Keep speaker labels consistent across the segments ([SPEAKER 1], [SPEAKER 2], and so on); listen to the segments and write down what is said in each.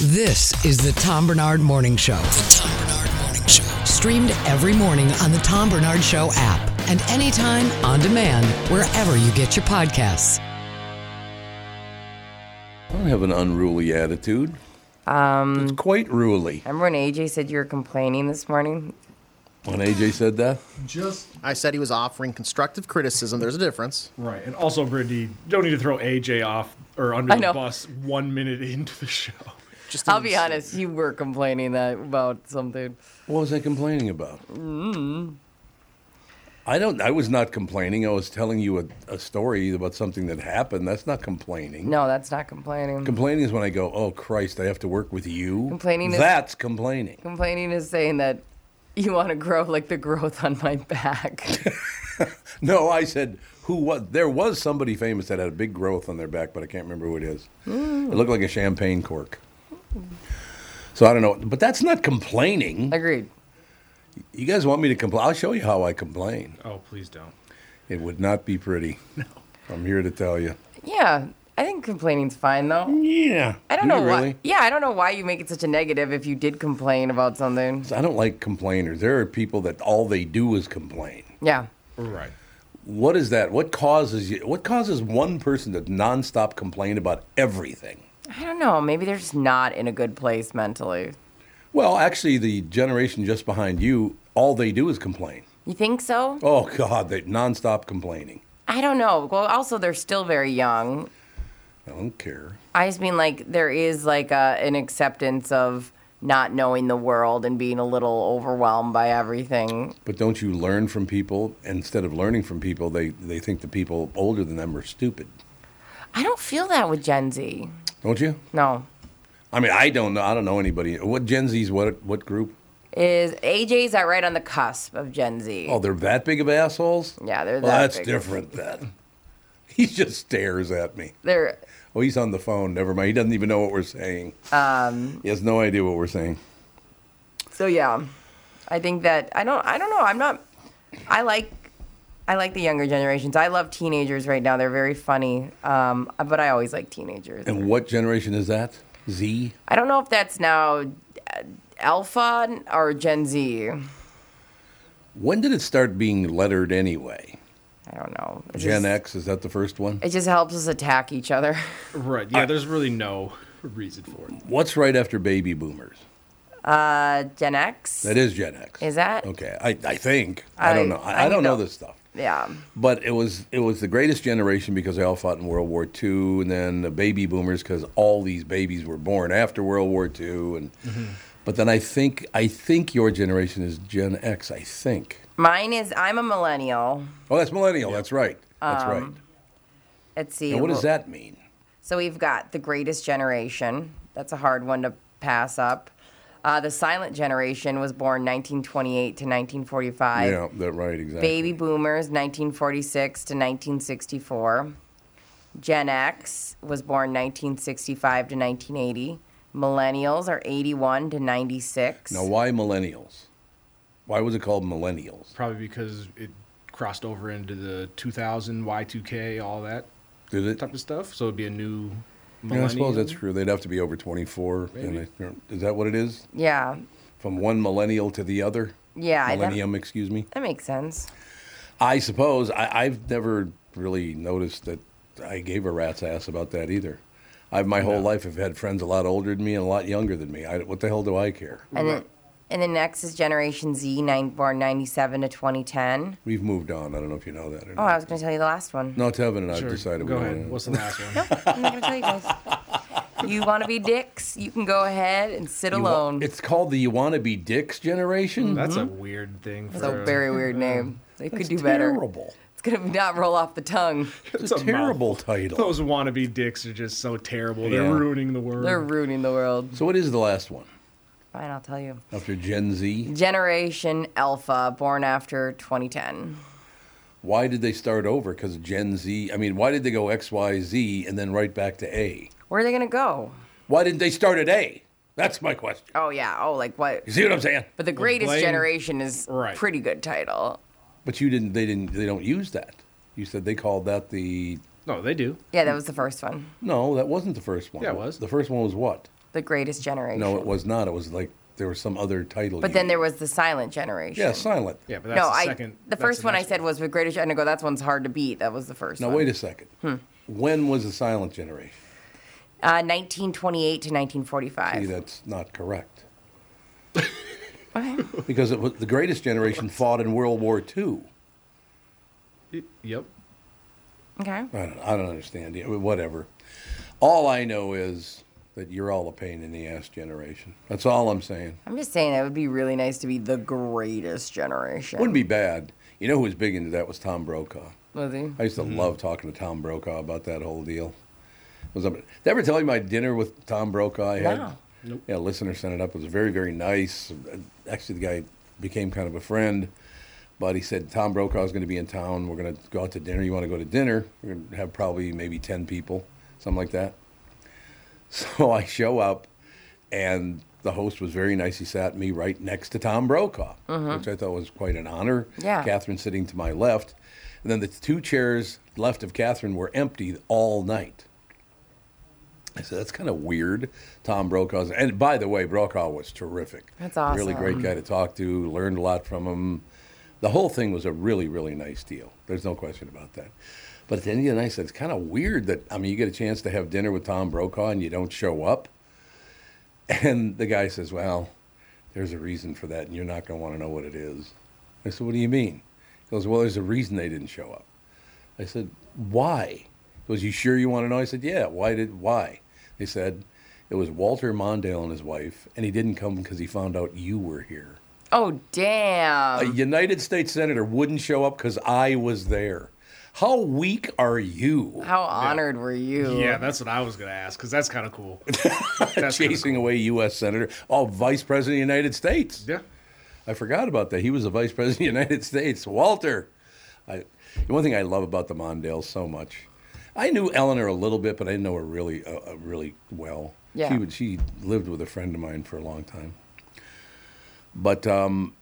[SPEAKER 1] This is the Tom Bernard Morning Show. The Tom Bernard Morning Show. Streamed every morning on the Tom Bernard Show app and anytime on demand wherever you get your podcasts.
[SPEAKER 2] I don't have an unruly attitude. Um, it's quite ruly.
[SPEAKER 3] Remember when AJ said you were complaining this morning?
[SPEAKER 2] When AJ said that,
[SPEAKER 4] Just
[SPEAKER 5] I said he was offering constructive criticism. There's a difference.
[SPEAKER 4] right, and also Brittany, don't need to throw AJ off or under
[SPEAKER 3] I
[SPEAKER 4] the
[SPEAKER 3] know.
[SPEAKER 4] bus one minute into the show.
[SPEAKER 5] Just
[SPEAKER 3] I'll be honest, you were complaining that about something.
[SPEAKER 2] what was I complaining about? Mm. I don't. I was not complaining. I was telling you a, a story about something that happened. That's not complaining.
[SPEAKER 3] No, that's not complaining.
[SPEAKER 2] Complaining is when I go, "Oh Christ, I have to work with you."
[SPEAKER 3] Complaining is-
[SPEAKER 2] That's complaining.
[SPEAKER 3] complaining is saying that you want to grow like the growth on my back.
[SPEAKER 2] No, I said who was there was somebody famous that had a big growth on their back, but I can't remember who it is.
[SPEAKER 3] Mm.
[SPEAKER 2] It looked like a champagne cork. So I don't know, but that's not complaining.
[SPEAKER 3] Agreed.
[SPEAKER 2] You guys want me to complain? I'll show you how I complain.
[SPEAKER 4] Oh, please don't.
[SPEAKER 2] It would not be pretty. No, I'm here to tell you.
[SPEAKER 3] Yeah, I think complaining's fine though.
[SPEAKER 2] Yeah,
[SPEAKER 3] I don't
[SPEAKER 2] Do
[SPEAKER 3] know
[SPEAKER 2] you
[SPEAKER 3] why.
[SPEAKER 2] really?
[SPEAKER 3] Yeah, I don't know why you make it such a negative if you did complain about something.
[SPEAKER 2] I don't like complainers. There are people that all they do is complain.
[SPEAKER 3] Yeah.
[SPEAKER 4] Right.
[SPEAKER 2] What is that? What causes you? What causes one person to nonstop complain about everything?
[SPEAKER 3] I don't know. Maybe they're just not in a good place mentally.
[SPEAKER 2] Well, actually, the generation just behind you, all they do is complain.
[SPEAKER 3] You think so?
[SPEAKER 2] Oh God, they nonstop complaining.
[SPEAKER 3] I don't know. Well, also they're still very young.
[SPEAKER 2] I don't care.
[SPEAKER 3] I just mean like there is like a, an acceptance of not knowing the world and being a little overwhelmed by everything.
[SPEAKER 2] But don't you learn from people? Instead of learning from people, they, they think the people older than them are stupid.
[SPEAKER 3] I don't feel that with Gen Z.
[SPEAKER 2] Don't you?
[SPEAKER 3] No.
[SPEAKER 2] I mean, I don't know. I don't know anybody. What Gen Z's? What what group?
[SPEAKER 3] Is AJ's that right on the cusp of Gen Z?
[SPEAKER 2] Oh, they're that big of assholes.
[SPEAKER 3] Yeah, they're
[SPEAKER 2] Well,
[SPEAKER 3] that
[SPEAKER 2] that's
[SPEAKER 3] big.
[SPEAKER 2] different then. He just stares at me.
[SPEAKER 3] They're
[SPEAKER 2] Oh, he's on the phone. Never mind. He doesn't even know what we're saying. Um, he has no idea what we're saying.
[SPEAKER 3] so yeah. I think that I don't I don't know. I'm not I like I like the younger generations. I love teenagers right now. They're very funny. Um, but I always like teenagers.
[SPEAKER 2] And what generation is that? Z.
[SPEAKER 3] I don't know if that's now uh, Alpha or Gen Z.
[SPEAKER 2] When did it start being lettered anyway?
[SPEAKER 3] I don't know. It
[SPEAKER 2] Gen
[SPEAKER 3] just,
[SPEAKER 2] X is that the first one?
[SPEAKER 3] It just helps us attack each other.
[SPEAKER 4] Right. Yeah. There's really no reason for it.
[SPEAKER 2] What's right after baby boomers?
[SPEAKER 3] Uh, Gen X.
[SPEAKER 2] That is Gen X.
[SPEAKER 3] Is that?
[SPEAKER 2] Okay, I, I think I, don't
[SPEAKER 3] I-
[SPEAKER 2] know. I,
[SPEAKER 3] I
[SPEAKER 2] I, don't know
[SPEAKER 3] know.
[SPEAKER 2] this stuff.
[SPEAKER 3] Yeah.
[SPEAKER 2] But it was it was the greatest generation because they all fought in World War II, and then the baby boomers because all these babies were born after World War II, and
[SPEAKER 3] Mm-hmm.
[SPEAKER 2] but then I think I think your generation is Gen X. I think.
[SPEAKER 3] Mine is I'm a millennial.
[SPEAKER 2] Oh, that's millennial. That's right. That's
[SPEAKER 3] Um,
[SPEAKER 2] right.
[SPEAKER 3] Let's see.
[SPEAKER 2] And what
[SPEAKER 3] well-
[SPEAKER 2] does that mean?
[SPEAKER 3] So we've got the Greatest Generation. That's a hard one to pass up. Uh, the Silent Generation was born 1928 to 1945.
[SPEAKER 2] yeah, that right exactly.
[SPEAKER 3] Baby Boomers 1946 to 1964. Gen X was born 1965 to 1980. Millennials are 81 to 96.
[SPEAKER 2] Now, why millennials? Why was it called millennials?
[SPEAKER 4] Probably because it crossed over into the 2000 Y2K, all that
[SPEAKER 2] Did it?
[SPEAKER 4] type of stuff. So it'd be a new.
[SPEAKER 2] Yeah, I suppose
[SPEAKER 4] millennium.
[SPEAKER 2] that's true. They'd have to be over 24. And I, is that what it is?
[SPEAKER 3] Yeah,
[SPEAKER 2] From one millennial to the other?
[SPEAKER 3] Yeah, I don't-
[SPEAKER 2] Millennium, excuse me.
[SPEAKER 3] that makes sense.
[SPEAKER 2] I suppose I, I've never really noticed that I gave a rat's ass about that either. I've my whole life have had friends a lot older than me and a lot younger than me. I, what the hell do I care?
[SPEAKER 3] And then, and then next is Generation Z, nine, born 97 to 2010.
[SPEAKER 2] We've moved on. I don't know if you know that or
[SPEAKER 3] Oh,
[SPEAKER 2] not.
[SPEAKER 3] I was going to tell you the last one.
[SPEAKER 2] no, Tevin and I have
[SPEAKER 4] Sure,
[SPEAKER 2] decided
[SPEAKER 4] Go
[SPEAKER 2] we
[SPEAKER 4] ahead.
[SPEAKER 2] don't.
[SPEAKER 4] What's the last one?
[SPEAKER 3] I'm not going to tell you guys. You want to be dicks? You can go ahead and sit
[SPEAKER 2] You wa-
[SPEAKER 3] alone.
[SPEAKER 2] It's called the "You Want to Be Dicks" generation.
[SPEAKER 4] That's a weird thing.
[SPEAKER 3] It's
[SPEAKER 4] for
[SPEAKER 3] a very weird name. They could
[SPEAKER 2] That's
[SPEAKER 3] do better.
[SPEAKER 2] terrible.
[SPEAKER 3] It's going to not roll off the tongue.
[SPEAKER 2] It's a terrible title.
[SPEAKER 4] uh, Those wannabe dicks are just so terrible. They're
[SPEAKER 2] Yeah.
[SPEAKER 4] ruining the word.
[SPEAKER 3] They're ruining the world.
[SPEAKER 2] So what is the last one
[SPEAKER 3] Fine, I'll tell you.
[SPEAKER 2] after Gen Z?
[SPEAKER 3] Generation Alpha, born after 2010.
[SPEAKER 2] Why did they start over? Because Gen Z. I mean, why did they go X, Y, Z and then right back to A?
[SPEAKER 3] Where are they going to go?
[SPEAKER 2] Why didn't they start at A? That's my question.
[SPEAKER 3] Oh, yeah. Oh, like what?
[SPEAKER 2] You see what I'm saying?
[SPEAKER 3] But the greatest
[SPEAKER 4] blame-
[SPEAKER 3] generation is
[SPEAKER 4] Right.
[SPEAKER 3] pretty good title.
[SPEAKER 2] But you didn't. They didn't. They don't use that. You said they called that the.
[SPEAKER 4] no, they do.
[SPEAKER 3] Yeah, that was the first one.
[SPEAKER 2] No, that wasn't the first one.
[SPEAKER 4] Yeah, it was. Oh,
[SPEAKER 2] The first one was what?
[SPEAKER 3] The greatest generation.
[SPEAKER 2] No, it was not. It was like there was some other title.
[SPEAKER 3] But
[SPEAKER 2] you-
[SPEAKER 3] then there was the silent generation.
[SPEAKER 2] Yeah, silent.
[SPEAKER 4] Yeah, but that's
[SPEAKER 3] no,
[SPEAKER 4] the
[SPEAKER 3] I.
[SPEAKER 4] second.
[SPEAKER 3] the
[SPEAKER 4] that's
[SPEAKER 3] first one I
[SPEAKER 4] next
[SPEAKER 3] said was the greatest. And I go, that's one's hard to beat. That was the first.
[SPEAKER 2] Now
[SPEAKER 3] one.
[SPEAKER 2] wait a second.
[SPEAKER 3] Hmm.
[SPEAKER 2] When was the silent generation?
[SPEAKER 3] Uh, 1928 to
[SPEAKER 2] See,
[SPEAKER 3] 1945.
[SPEAKER 2] that's not correct.
[SPEAKER 3] Okay.
[SPEAKER 2] Because it was, the greatest generation fought in World War II.
[SPEAKER 4] Yep.
[SPEAKER 3] Okay.
[SPEAKER 2] I don't, I don't understand. Yeah, whatever. All I know is that you're all a pain in the ass generation. That's all I'm saying.
[SPEAKER 3] I'm just saying that would be really nice to be the greatest generation.
[SPEAKER 2] Wouldn't be bad. You know who was big into that was Tom Brokaw.
[SPEAKER 3] Was he?
[SPEAKER 2] I used to love talking to Tom Brokaw about that whole deal. It Was up, did I ever tell you my dinner with Tom Brokaw? I had,
[SPEAKER 3] No.
[SPEAKER 2] Yeah, a listener sent it up. It was very, very nice. Actually, the guy became kind of a friend, but he said Tom Brokaw is going to be in town. We're going to go out to dinner. You want to go to dinner? We're going to have probably maybe ten people, something like that. So I show up, and the host was very nice. He sat me right next to Tom Brokaw, which I thought was quite an honor.
[SPEAKER 3] Yeah.
[SPEAKER 2] Catherine sitting to my left. And then the two chairs left of Catherine were empty all night. I said, that's kind of weird. Tom Brokaw's. And by the way, Brokaw was terrific.
[SPEAKER 3] That's awesome.
[SPEAKER 2] Really great guy to talk to. Learned a lot from him. The whole thing was a really, really nice deal. There's no question about that. But at the end of the night, I said, it's kind of weird that, I mean, you get a chance to have dinner with Tom Brokaw and you don't show up. And the guy says, Well, there's a reason for that, and you're not going to want to know what it is. I said, What do you mean? He goes, Well, there's a reason they didn't show up. I said, Why? He goes, You sure you want to know? I said, Yeah, why did, why? They said, It was Walter Mondale and his wife, and he didn't come because he found out you were here.
[SPEAKER 3] Oh
[SPEAKER 2] A
[SPEAKER 3] damn!
[SPEAKER 2] United States Senator wouldn't show up because I was there. How weak are you?
[SPEAKER 3] How honored were you?
[SPEAKER 4] Yeah, that's what I was gonna ask because that's kind of cool. That's
[SPEAKER 2] Chasing away U.S. Senator, oh, Vice President of the United States.
[SPEAKER 4] Yeah.
[SPEAKER 2] I forgot about that. He was the vice president of the United States. Walter. I, the one thing I love about the Mondales so much. I knew Eleanor a little bit, but I didn't know her really, uh, uh, really well.
[SPEAKER 3] Yeah.
[SPEAKER 2] She would, she lived with a friend of mine for a long time. But um,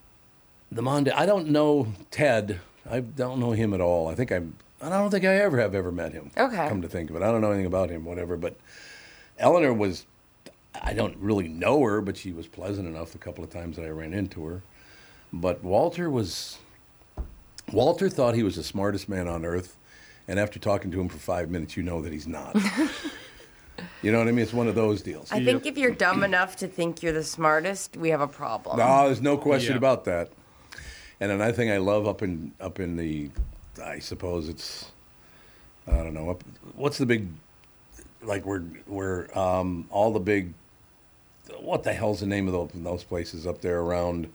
[SPEAKER 2] the Mondale, I don't know Ted. I don't know him at all. I think I'm. I don't think I ever have ever met him.
[SPEAKER 3] Okay.
[SPEAKER 2] Come to think of it, I don't know anything about him. Whatever, but Eleanor was I don't really know her, but she was pleasant enough the couple of times that I ran into her. But Walter was Walter thought he was the smartest man on earth, and after talking to him for five minutes, you know that he's not. you know what I mean? It's one of those deals.
[SPEAKER 3] I think if you're dumb enough to think you're the smartest, we have a problem.
[SPEAKER 2] No, there's no question
[SPEAKER 4] Yeah.
[SPEAKER 2] about that. And another thing I love up in up in the, I suppose it's, I don't know, up, what's the big, like where where um, all the big, what the hell's the name of those, those places up there around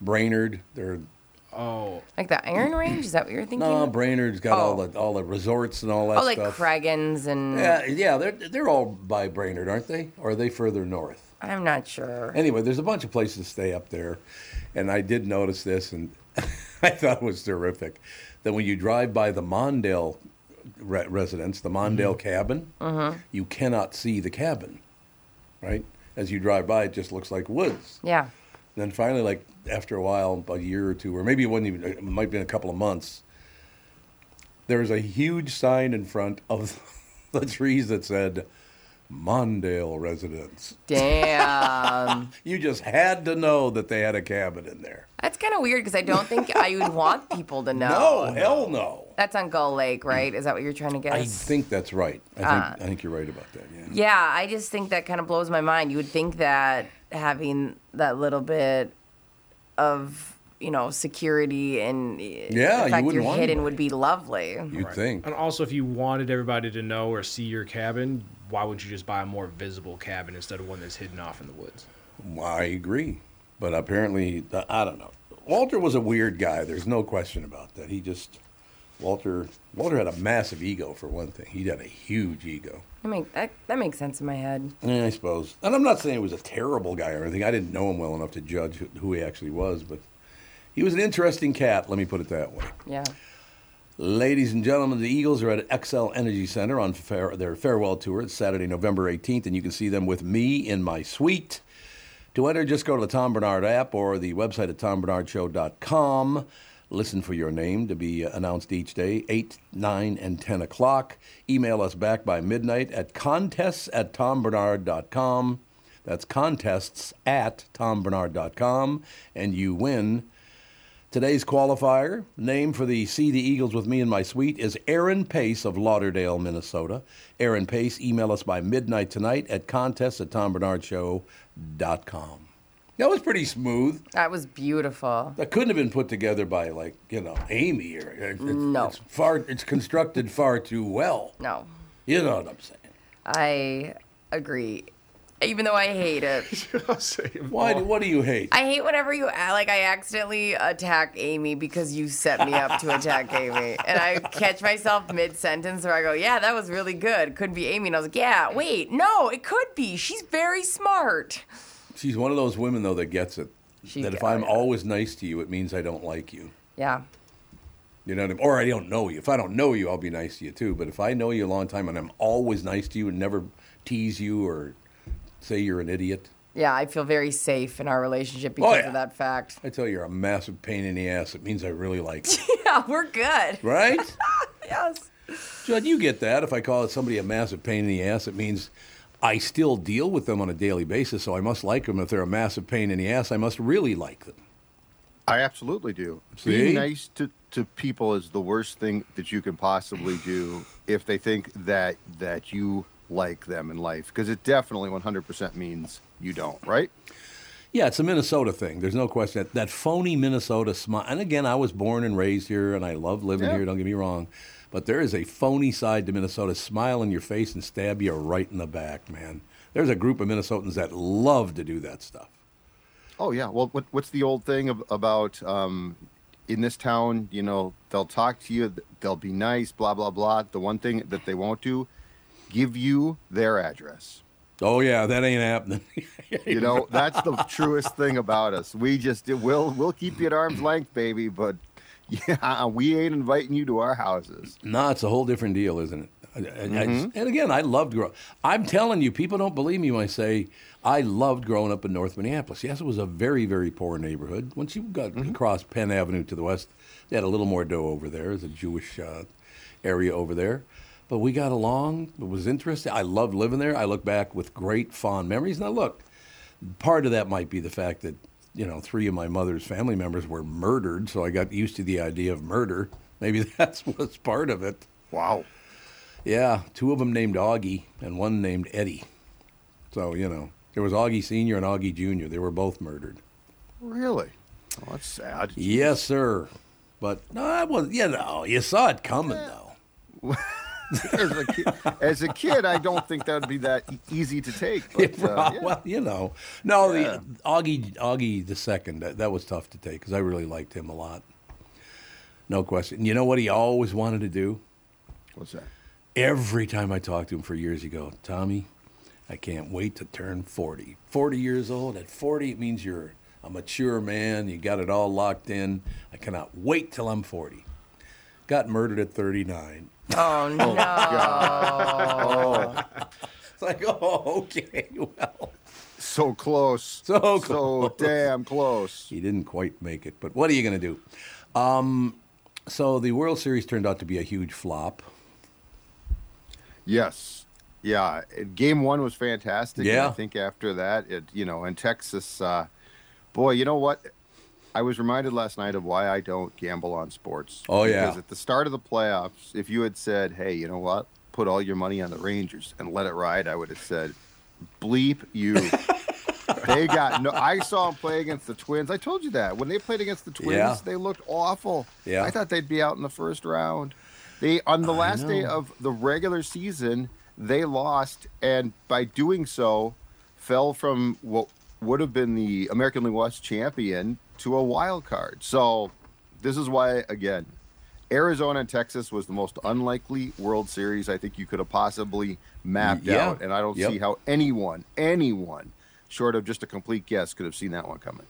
[SPEAKER 2] Brainerd? They're
[SPEAKER 4] Oh,
[SPEAKER 3] Like the Iron Range? Is that what you're thinking?
[SPEAKER 2] no Brainerd's got all
[SPEAKER 3] Oh.
[SPEAKER 2] the all the resorts and all that
[SPEAKER 3] oh, like
[SPEAKER 2] stuff.
[SPEAKER 3] Craigens and
[SPEAKER 2] Yeah, yeah, they're they're all by Brainerd, aren't they? Or are they further north?
[SPEAKER 3] I'm not sure.
[SPEAKER 2] Anyway, there's a bunch of places to stay up there, and I did notice this, and I thought it was terrific. That when you drive by the Mondale re- residence, the Mondale
[SPEAKER 3] Mm-hmm.
[SPEAKER 2] cabin,
[SPEAKER 3] Uh-huh.
[SPEAKER 2] you cannot see the cabin, right? As you drive by, it just looks like woods.
[SPEAKER 3] yeah.
[SPEAKER 2] Then finally, like after a while, about a year or two, or maybe it wasn't even, it might have been a couple of months, there was a huge sign in front of the trees that said, Mondale residents.
[SPEAKER 3] Damn.
[SPEAKER 2] You just had to know that they had a cabin in there.
[SPEAKER 3] That's kind of weird because I don't think I would want people to
[SPEAKER 2] Oh, No,
[SPEAKER 3] know.
[SPEAKER 2] hell no.
[SPEAKER 3] That's on Gull Lake, right? Is that what you're trying to guess?
[SPEAKER 2] I think that's right. I think, I think you're right about that. Yeah.
[SPEAKER 3] Yeah, I just think that kind of blows my mind. You would think that having that little bit of you know security and eh,
[SPEAKER 2] Yeah,
[SPEAKER 3] the
[SPEAKER 2] you
[SPEAKER 3] fact
[SPEAKER 2] wouldn't
[SPEAKER 3] you're
[SPEAKER 2] want
[SPEAKER 3] hidden
[SPEAKER 2] anybody.
[SPEAKER 3] would be lovely.
[SPEAKER 2] You'd think.
[SPEAKER 4] And also, if you wanted everybody to know or see your cabin, why wouldn't you just buy a more visible cabin instead of one that's hidden off in the woods?
[SPEAKER 2] I agree. But apparently, I don't know. Walter was a weird guy. There's no question about that. He just, Walter, Walter had a massive ego for one thing. He had a huge ego.
[SPEAKER 3] I mean, that that makes sense in my head.
[SPEAKER 2] Yeah, I suppose. And I'm not saying he was a terrible guy or anything. I didn't know him well enough to judge who- who he actually was, but he was an interesting cat, let me put it that way.
[SPEAKER 3] Yeah.
[SPEAKER 2] Ladies and gentlemen, the Eagles are at XL Energy Center on fare- their farewell tour. It's Saturday, November 18th, and you can see them with me in my suite. To enter, just go to the Tom Bernard app or the website at tombernardshow.com. Listen for your name to be uh, announced each day, 8, 9, and 10 o'clock. Email us back by midnight at contests at tombernard.com. That's contests at tombernard.com, and you win. Today's qualifier, name for the See the Eagles with Me in My Suite, is Aaron Pace of Lauderdale, Minnesota. Aaron Pace, email us by midnight tonight at contest at tombernardshow.com. That was pretty smooth.
[SPEAKER 3] That was beautiful.
[SPEAKER 2] That couldn't have been put together by, like, you know, Amy or. uh, It's,
[SPEAKER 3] No.
[SPEAKER 2] It's, far, it's constructed far too well.
[SPEAKER 3] No.
[SPEAKER 2] You know what I'm saying.
[SPEAKER 3] I agree. Even though I hate it.
[SPEAKER 4] I'll say it.
[SPEAKER 2] Why, do what do you hate?
[SPEAKER 3] Oh. I hate whenever you act like I accidentally attack Amy because you set me up to attack Amy. And I catch myself mid sentence where I go, Yeah, that was really good. Could be Amy. And I was like, Yeah, wait, no, it could be. She's very smart.
[SPEAKER 2] She's one of those women, though, that gets it.
[SPEAKER 3] She-
[SPEAKER 2] that if
[SPEAKER 3] oh,
[SPEAKER 2] I'm
[SPEAKER 3] yeah.
[SPEAKER 2] always nice to you, it means I don't like you.
[SPEAKER 3] Yeah.
[SPEAKER 2] You know what I mean? Or I don't know you. If I don't know you, I'll be nice to you too. But if I know you a long time and I'm always nice to you and never tease you or say you're an idiot,
[SPEAKER 3] Yeah, I feel very safe in our relationship because
[SPEAKER 2] Oh, yeah.
[SPEAKER 3] of that fact.
[SPEAKER 2] I tell you, you're a massive pain in the ass. It means I really like you.
[SPEAKER 3] Yeah, we're good.
[SPEAKER 2] right?
[SPEAKER 3] Yes.
[SPEAKER 2] Judd, you get that. If I call somebody a massive pain in the ass, it means I still deal with them on a daily basis, so I must like them. If they're a massive pain in the ass, I must really like them.
[SPEAKER 6] I absolutely do.
[SPEAKER 2] See?
[SPEAKER 6] Being nice to, to people is the worst thing that you can possibly do if they think that that you like them in life because it definitely 100% means you don't, right?
[SPEAKER 2] Yeah, it's a Minnesota thing. There's no question that that phony Minnesota smile. And again, I was born and raised here, and I love living
[SPEAKER 6] Yeah.
[SPEAKER 2] here. Don't get me wrong, but there is a phony side to Minnesota. Smile in your face and stab you right in the back, man. There's a group of Minnesotans that love to do that stuff.
[SPEAKER 6] Oh yeah. Well, what, what's the old thing ab- about um, in this town? You know, they'll talk to you, th- they'll be nice, blah blah blah. The one thing that they won't do, give you their address.
[SPEAKER 2] Oh yeah, that ain't happening.
[SPEAKER 6] You know, that's the truest thing about us. We just we'll we'll keep you at arm's length, baby, but yeah, we ain't inviting you to our houses.
[SPEAKER 2] nah, it's a whole different deal, isn't it? I- I- I just- and again, I loved growing. I'm telling you, people don't believe me when I say I loved growing up in North Minneapolis. Yes, it was a very, very poor neighborhood. Once you got across Penn Avenue to the west, they had a little more dough over there. There's a Jewish uh, area over there, but we got along. It was interesting. I loved living there. I look back with great fond memories. Now look, part of that might be the fact that you know three of my mother's family members were murdered, so I got used to the idea of murder. Maybe that's what's part of it.
[SPEAKER 6] Wow.
[SPEAKER 2] Yeah, two of them named Augie and one named Eddie. So you know there was Augie Senior and Augie Junior. They were both murdered.
[SPEAKER 6] Really? Oh, that's sad.
[SPEAKER 2] Yes, sir. But no, I was. You know, you saw it coming though.
[SPEAKER 6] As a kid, as a kid I don't think that would be that e- easy to take. But, uh, yeah.
[SPEAKER 2] Well, you know, no, the Augie Augie the second that, that was tough to take because I really liked him a lot. No question. You know what he always wanted to do?
[SPEAKER 6] What's that?
[SPEAKER 2] Every time I talked to him for years, he go, Tommy, I can't wait to turn 40. 40 years old. At 40, it means you're a mature man. You got it all locked in. I cannot wait till I'm 40. Got murdered at 39.
[SPEAKER 3] Oh no.
[SPEAKER 2] It's like, oh, okay, well.
[SPEAKER 6] So close.
[SPEAKER 2] So
[SPEAKER 6] So
[SPEAKER 2] close.
[SPEAKER 6] damn close.
[SPEAKER 2] He didn't quite make it, but what are you going to do? Um, so the World Series turned out to be a huge flop.
[SPEAKER 6] Yes. Yeah, it- game one was fantastic. and
[SPEAKER 2] Yeah.
[SPEAKER 6] I think after that, it you know, in Texas, uh, boy, you know what? I was reminded last night of why I don't gamble on sports.
[SPEAKER 2] Oh, yeah.
[SPEAKER 6] Because at the start of the playoffs, if you had said, "Hey, you know what? Put all your money on the Rangers and let it ride," I would have said, "Bleep you." they got no. I saw them play against the Twins. I told you that when they played against the Twins,
[SPEAKER 2] Yeah.
[SPEAKER 6] they looked awful.
[SPEAKER 2] Yeah.
[SPEAKER 6] I thought they'd be out in the first round. They on the last day of the regular season, they lost, and by doing so, fell from what would have been the American League West champion to a wild card. So, this is why again, Arizona and Texas was the most unlikely World Series I think you could have possibly mapped
[SPEAKER 2] Yeah.
[SPEAKER 6] out, and I don't
[SPEAKER 2] Yep.
[SPEAKER 6] see how anyone, anyone, short of just a complete guess, could have seen that one coming.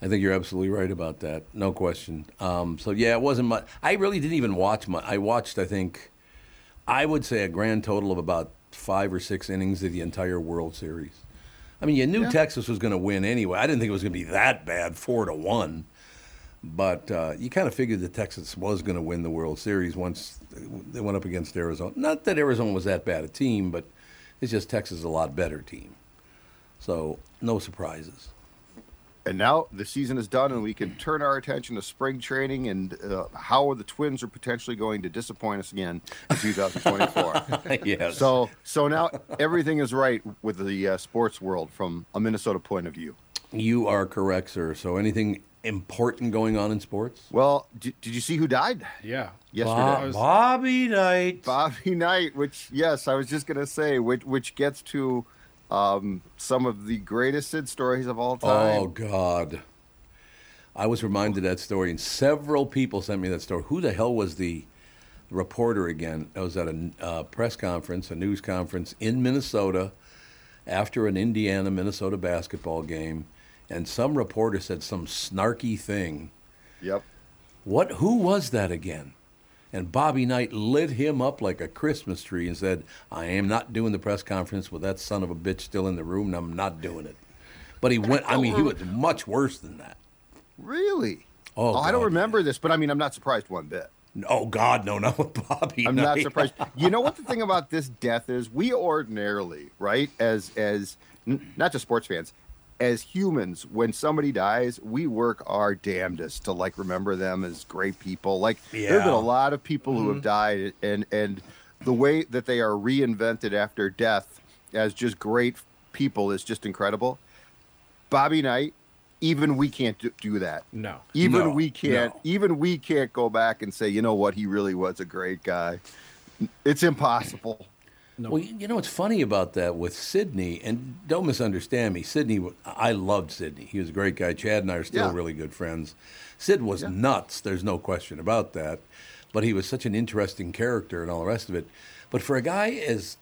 [SPEAKER 2] I think you're absolutely right about that. No question. Um, so yeah, it wasn't much. I really didn't even watch much. I watched, I think, I would say a grand total of about five or six innings of the entire World Series. I mean, you knew Texas was going to win anyway. I didn't think it was going to be that bad, four to one. But uh, you kind of figured that Texas was going to win the World Series once they went up against Arizona. Not that Arizona was that bad a team, but it's just Texas is a lot better team. So no surprises.
[SPEAKER 6] And now the season is done, and we can turn our attention to spring training and uh, how the Twins are potentially going to disappoint us again in 2024.
[SPEAKER 2] yes.
[SPEAKER 6] so, so now everything is right with the uh, sports world from a Minnesota point of view.
[SPEAKER 2] You are correct, sir. So anything important going on in sports?
[SPEAKER 6] Well, d- did you see who died
[SPEAKER 4] Yeah.
[SPEAKER 6] yesterday?
[SPEAKER 2] Bobby Knight.
[SPEAKER 6] Bobby Knight, which yes, I was just gonna say, which which gets to um, some of the greatest Sid stories of all time.
[SPEAKER 2] Oh God. I was reminded of that story, and several people sent me that story. Who the hell was the reporter again? I was at a uh, press conference, a news conference in Minnesota, after an Indiana Minnesota basketball game, and some reporter said some snarky thing.
[SPEAKER 6] Yep.
[SPEAKER 2] What? Who was that again? And Bobby Knight lit him up like a Christmas tree and said, "I am not doing the press conference with that son of a bitch still in the room, and I'm not doing it." But he went. I mean, he was much worse than that.
[SPEAKER 6] Really?
[SPEAKER 2] Oh,
[SPEAKER 6] I don't
[SPEAKER 2] God,
[SPEAKER 6] remember this, but I mean, I'm not surprised one bit.
[SPEAKER 2] Oh God, no, not with Bobby.
[SPEAKER 6] I'm
[SPEAKER 2] Knight.
[SPEAKER 6] not surprised. You know what the thing about this death is? We ordinarily, right, as as n- not just sports fans, as humans, when somebody dies, we work our damnedest to like remember them as great people. Like there've been
[SPEAKER 2] Yeah.
[SPEAKER 6] a lot of people who have died, and and the way that they are reinvented after death as just great people is just incredible. Bobby Knight, even we can't do, do that.
[SPEAKER 4] No.
[SPEAKER 6] Even
[SPEAKER 2] No,
[SPEAKER 6] we can't.
[SPEAKER 2] no.
[SPEAKER 6] Even we can't go back and say, you know what, he really was a great guy. It's impossible.
[SPEAKER 2] Well, you you know what's funny about that with Sydney, and don't misunderstand me. Sydney, w- I loved Sydney. He was a great guy. Chad and I are still
[SPEAKER 6] Yeah.
[SPEAKER 2] really good friends. Sid was nuts. There's no question about that. But he was such an interesting character and all the rest of it. But for a guy as,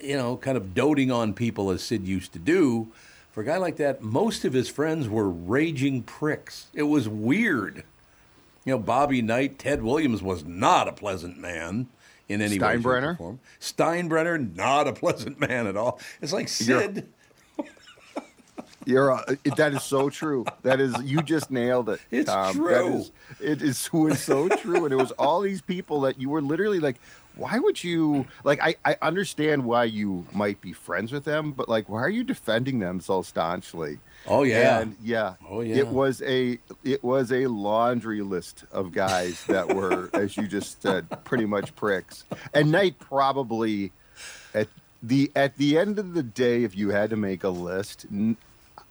[SPEAKER 2] you know, kind of doting on people as Sid used to do, for a guy like that, most of his friends were raging pricks. It was weird. You know, Bobby Knight, Ted Williams was not a pleasant man in any way, shape, or
[SPEAKER 6] Steinbrenner?
[SPEAKER 2] form. Steinbrenner, not a pleasant man at all. It's like Sid.
[SPEAKER 6] You're uh, that is so true. That is you just nailed it.
[SPEAKER 2] It's
[SPEAKER 6] Tom. That
[SPEAKER 2] true.
[SPEAKER 6] is, it is so- it's so true, and it was all these people that you were literally like, why would you like? I I understand why you might be friends with them, but like, why are you defending them so staunchly?
[SPEAKER 2] Oh, yeah.
[SPEAKER 6] and yeah,
[SPEAKER 2] Oh, yeah.
[SPEAKER 6] It was a it was a laundry list of guys that were, as you just said, pretty much pricks. And Knight probably at the at the end of the day, if you had to make a list, n-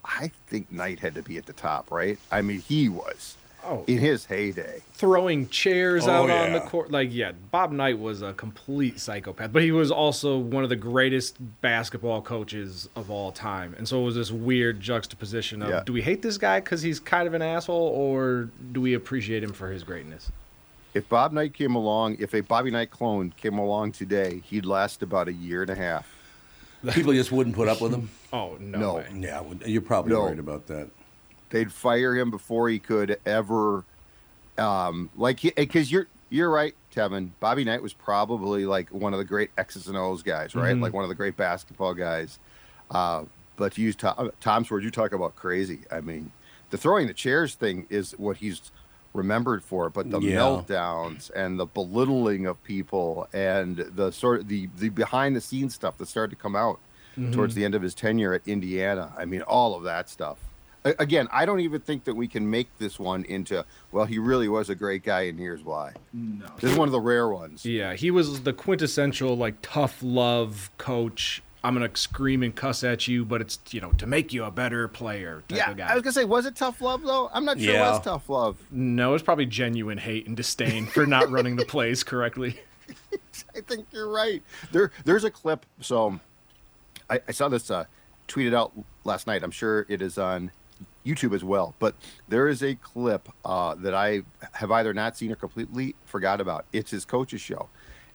[SPEAKER 6] I think Knight had to be at the top, right? I mean, he was
[SPEAKER 4] Oh.
[SPEAKER 6] in his heyday.
[SPEAKER 4] Throwing chairs
[SPEAKER 2] Oh,
[SPEAKER 4] out on the
[SPEAKER 2] yeah.
[SPEAKER 4] court. Like, yeah, Bob Knight was a complete psychopath, but he was also one of the greatest basketball coaches of all time. And so it was this weird juxtaposition of
[SPEAKER 6] Yeah.
[SPEAKER 4] do we hate this guy because he's kind of an asshole, or do we appreciate him for his greatness?
[SPEAKER 6] If Bob Knight came along, if a Bobby Knight clone came along today, he'd last about a year and a half.
[SPEAKER 2] People just wouldn't put up with him.
[SPEAKER 4] Oh, no.
[SPEAKER 6] No.
[SPEAKER 4] way.
[SPEAKER 2] Yeah, well, you're probably
[SPEAKER 6] No.
[SPEAKER 2] right about that.
[SPEAKER 6] they'd fire him before he could ever um like because you're you're right tevin bobby knight was probably like one of the great x's and o's guys right like one of the great basketball guys uh but to use Tom, tom's word you talk about crazy i mean the throwing the chairs thing is what he's remembered for. But the
[SPEAKER 2] Yeah.
[SPEAKER 6] meltdowns and the belittling of people and the sort of the the behind the scenes stuff that started to come out
[SPEAKER 4] Mm-hmm.
[SPEAKER 6] towards the end of his tenure at Indiana. I mean, all of that stuff. A- Again, I don't even think that we can make this one into well. He really was a great guy, and here's why. No, this is one of the rare ones.
[SPEAKER 4] Yeah, he was the quintessential like tough love coach. I'm gonna scream and cuss at you, but it's you know to make you a better player. Type
[SPEAKER 6] Yeah,
[SPEAKER 4] of guy.
[SPEAKER 6] I was gonna say, was it tough love though? I'm not sure it
[SPEAKER 2] Yeah.
[SPEAKER 6] was tough love.
[SPEAKER 4] no, it's probably genuine hate and disdain for not running the plays correctly.
[SPEAKER 6] I think you're right. There, there's a clip. So, I, I saw this uh, tweeted out last night. I'm sure it is on YouTube as well. But there is a clip uh, that I have either not seen or completely forgot about. It's his coach's show,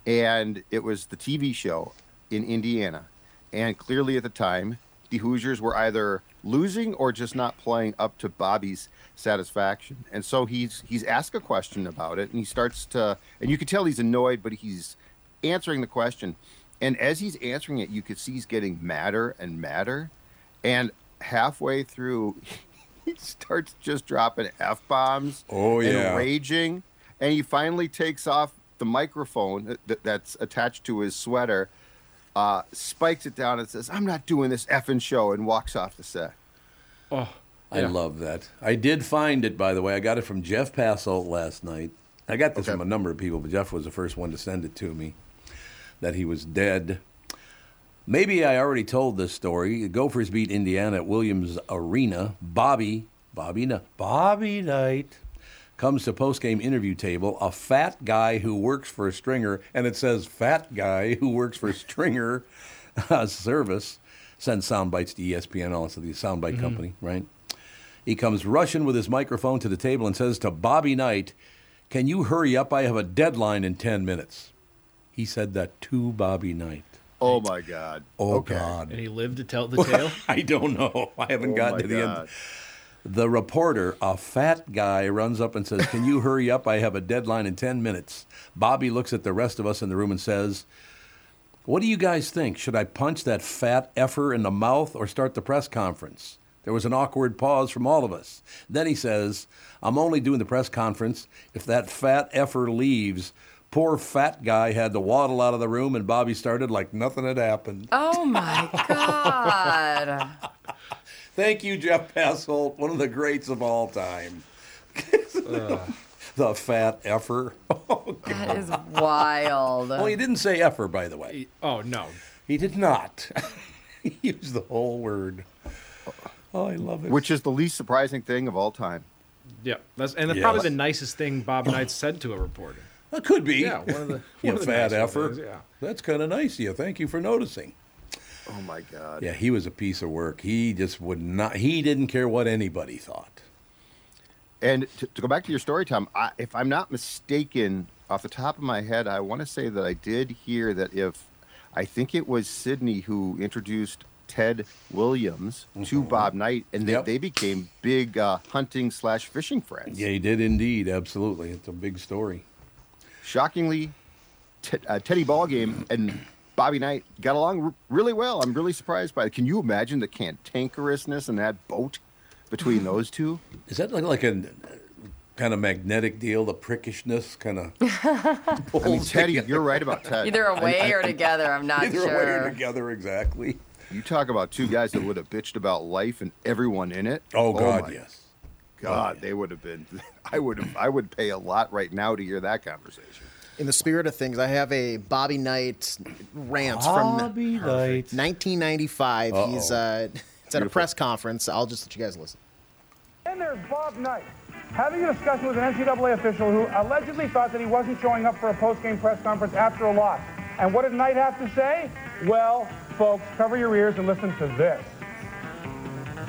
[SPEAKER 6] and it was the TV show in Indiana. And clearly, at the time, the Hoosiers were either losing or just not playing up to Bobby's satisfaction. And so he's he's asked a question about it, and he starts to, and you can tell he's annoyed, but he's answering the question. And as he's answering it, you could see he's getting madder and madder. And halfway through, he starts just dropping f bombs.
[SPEAKER 2] Oh, yeah.
[SPEAKER 6] and raging. And he finally takes off the microphone that, that's attached to his sweater, uh, spikes it down, and says, "I'm not doing this effing show," and walks off the set.
[SPEAKER 2] I love that. I did find it, by the way. I got it from Jeff Passel last night. I got this
[SPEAKER 6] Okay.
[SPEAKER 2] from a number of people, but Jeff was the first one to send it to me that he was dead. Maybe I already told this story. The Gophers beat Indiana at Williams Arena. Bobby, Bobby, Kn- Bobby Knight comes to postgame interview table, a fat guy who works for Stringer, and it says fat guy who works for Stringer uh, service. Send sound bites to E ESPN, also the soundbite company, right? He comes rushing with his microphone to the table and says to Bobby Knight, Can you hurry up? I have a deadline in 10 minutes. He said that to Bobby Knight.
[SPEAKER 6] Oh my God!
[SPEAKER 2] Oh,
[SPEAKER 6] Okay.
[SPEAKER 4] And
[SPEAKER 2] God.
[SPEAKER 4] he lived to tell the tale.
[SPEAKER 2] I don't know. I haven't
[SPEAKER 6] Oh
[SPEAKER 2] gotten
[SPEAKER 6] my
[SPEAKER 2] to the
[SPEAKER 6] God.
[SPEAKER 2] end. The reporter, a fat guy, runs up and says, Can you hurry up? I have a deadline in 10 minutes. Bobby looks at the rest of us in the room and says, What do you guys think? Should I punch that fat effer in the mouth or start the press conference? There was an awkward pause from all of us. Then he says, I'm only doing the press conference if that fat effer leaves. Poor fat guy had to waddle out of the room, and Bobby started like nothing had happened.
[SPEAKER 3] Oh my god.
[SPEAKER 2] Thank you, Jeff Passolt, one of the greats of all time. the fat effer. Oh, God.
[SPEAKER 3] That is wild.
[SPEAKER 2] Well, he didn't say effer, by the way.
[SPEAKER 4] oh no,
[SPEAKER 2] He did not. he used the whole word. Oh, I love it.
[SPEAKER 6] Which is the least surprising thing of all time.
[SPEAKER 4] yeah, that's and that's
[SPEAKER 2] Yeah.
[SPEAKER 4] probably the nicest thing Bob Knight said to a reporter.
[SPEAKER 2] It could be.
[SPEAKER 4] Yeah, one of the-
[SPEAKER 2] You
[SPEAKER 4] one of the
[SPEAKER 2] fat
[SPEAKER 4] nicer
[SPEAKER 2] effer.
[SPEAKER 4] things, yeah.
[SPEAKER 2] That's kind of nice of you. Thank you for noticing.
[SPEAKER 6] Oh my God!
[SPEAKER 2] Yeah, he was a piece of work. He just would not, he didn't care what anybody thought.
[SPEAKER 6] And to, to go back to your story, Tom, I, if I'm not mistaken, off the top of my head, I want to say that I did hear that if I think it was Sydney who introduced Ted Williams to Bob Knight, and they,
[SPEAKER 2] Mm-hmm. Yep.
[SPEAKER 6] they became big uh, hunting slash fishing friends.
[SPEAKER 2] Yeah, he did indeed. Absolutely. It's a big story.
[SPEAKER 6] Shockingly, Ted uh, Teddy Ballgame and Bobby Knight got along r- really well. I'm really surprised by it. Can you imagine the cantankerousness and that boat between those two?
[SPEAKER 2] Is that like, like a kind of magnetic deal? The prickishness kind of.
[SPEAKER 6] I mean, Teddy, you're right about Ted.
[SPEAKER 3] Either away or together, I'm not
[SPEAKER 2] Either
[SPEAKER 3] sure.
[SPEAKER 2] away or together, exactly.
[SPEAKER 6] You talk about two guys that would have bitched about life and everyone in it.
[SPEAKER 2] Oh God,
[SPEAKER 6] my
[SPEAKER 2] yes. Oh,
[SPEAKER 6] God, they would have been. I would have. I would pay a lot right now to hear that conversation.
[SPEAKER 5] In the spirit of things, I have a Bobby Knight rant from
[SPEAKER 2] Bobby Knight.
[SPEAKER 5] 1995. He's uh, it's at a
[SPEAKER 6] Beautiful.
[SPEAKER 5] press conference. I'll just let you guys listen.
[SPEAKER 7] And there's Bob Knight having a discussion with an NCAA official who allegedly thought that he wasn't showing up for a post-game press conference after a loss. And what did Knight have to say? Well, folks, cover your ears and listen to this.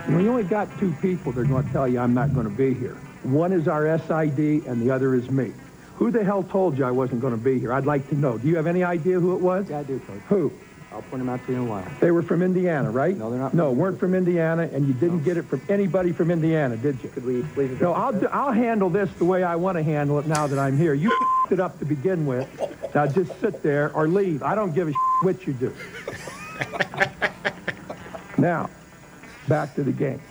[SPEAKER 8] We only got two people that are going to tell you I'm not going to be here. One is our SID and the other is me. Who the hell told you I wasn't going to be here? I'd like to know. Do you have any idea who it was? Yeah, I do, Coach. Who? I'll point them out to you in a while. They were from Indiana, right? No, they're not. No, weren't from Indiana, and you didn't get it from anybody from Indiana, did you? Could we please No, I'll, do, I'll handle this the way I want to handle it now that I'm here. You it up to begin with. Now just sit there or leave. I don't give a what you do. now, back to the game.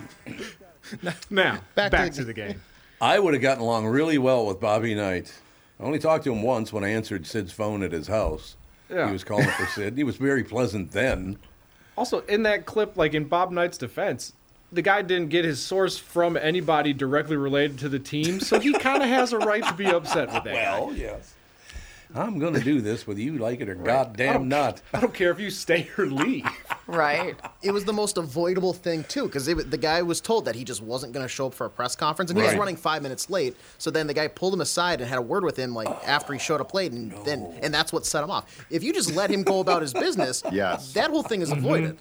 [SPEAKER 4] Now back,
[SPEAKER 5] Back to the
[SPEAKER 4] to the game.
[SPEAKER 2] I would have gotten along really well with Bobby Knight. I only talked to him once when I answered Sid's phone at his house.
[SPEAKER 4] Yeah.
[SPEAKER 2] He was calling for Sid. He was very pleasant then.
[SPEAKER 4] Also, in that clip, like in Bob Knight's defense, the guy didn't get his source from anybody directly related to the team, so he kind of has a right to be upset with that.
[SPEAKER 2] Well, yes. I'm going to do this whether you like it or goddamn not.
[SPEAKER 4] I don't care if you stay or leave.
[SPEAKER 3] Right.
[SPEAKER 5] It was the most avoidable thing too, because the guy was told that he just wasn't going to show up for a press conference, and he was
[SPEAKER 2] Right.
[SPEAKER 5] running five minutes late. So then the guy pulled him aside and had a word with him, like after he showed up late, and then and that's what set him off. If you just let him go about his business,
[SPEAKER 6] Yes. Mm-hmm.
[SPEAKER 5] that whole thing is avoided.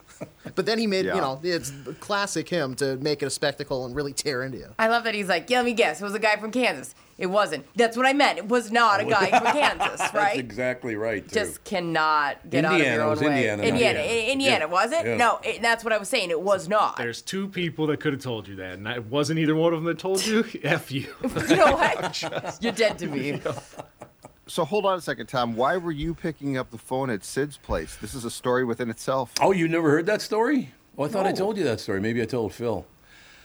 [SPEAKER 5] But then he made,
[SPEAKER 6] Yeah.
[SPEAKER 5] you know, it's classic him to make it a spectacle and really tear into you.
[SPEAKER 3] I love that he's like, yeah, let me guess. It was a guy from Kansas. It wasn't. That's what I meant. It was not a guy from Kansas,
[SPEAKER 2] Oh, That's
[SPEAKER 3] right?
[SPEAKER 2] exactly right. Too.
[SPEAKER 3] Just cannot get out of your
[SPEAKER 2] Indiana, it
[SPEAKER 3] own
[SPEAKER 2] was
[SPEAKER 3] way.
[SPEAKER 2] Indiana, not
[SPEAKER 3] Indiana,
[SPEAKER 2] Indiana.
[SPEAKER 3] I- Indiana,
[SPEAKER 2] Yeah.
[SPEAKER 3] was it?
[SPEAKER 2] Yeah.
[SPEAKER 3] No, it, that's what I was saying. It was not.
[SPEAKER 4] There's two people that could have told you that, and it wasn't either one of them that told you. F you.
[SPEAKER 3] you know what? You're dead to me.
[SPEAKER 6] So hold on a second, Tom. Why were you picking up the phone at Sid's place? This is a story within itself.
[SPEAKER 2] Oh, you never heard that story? Oh, I thought I told you that story. Maybe I told Phil.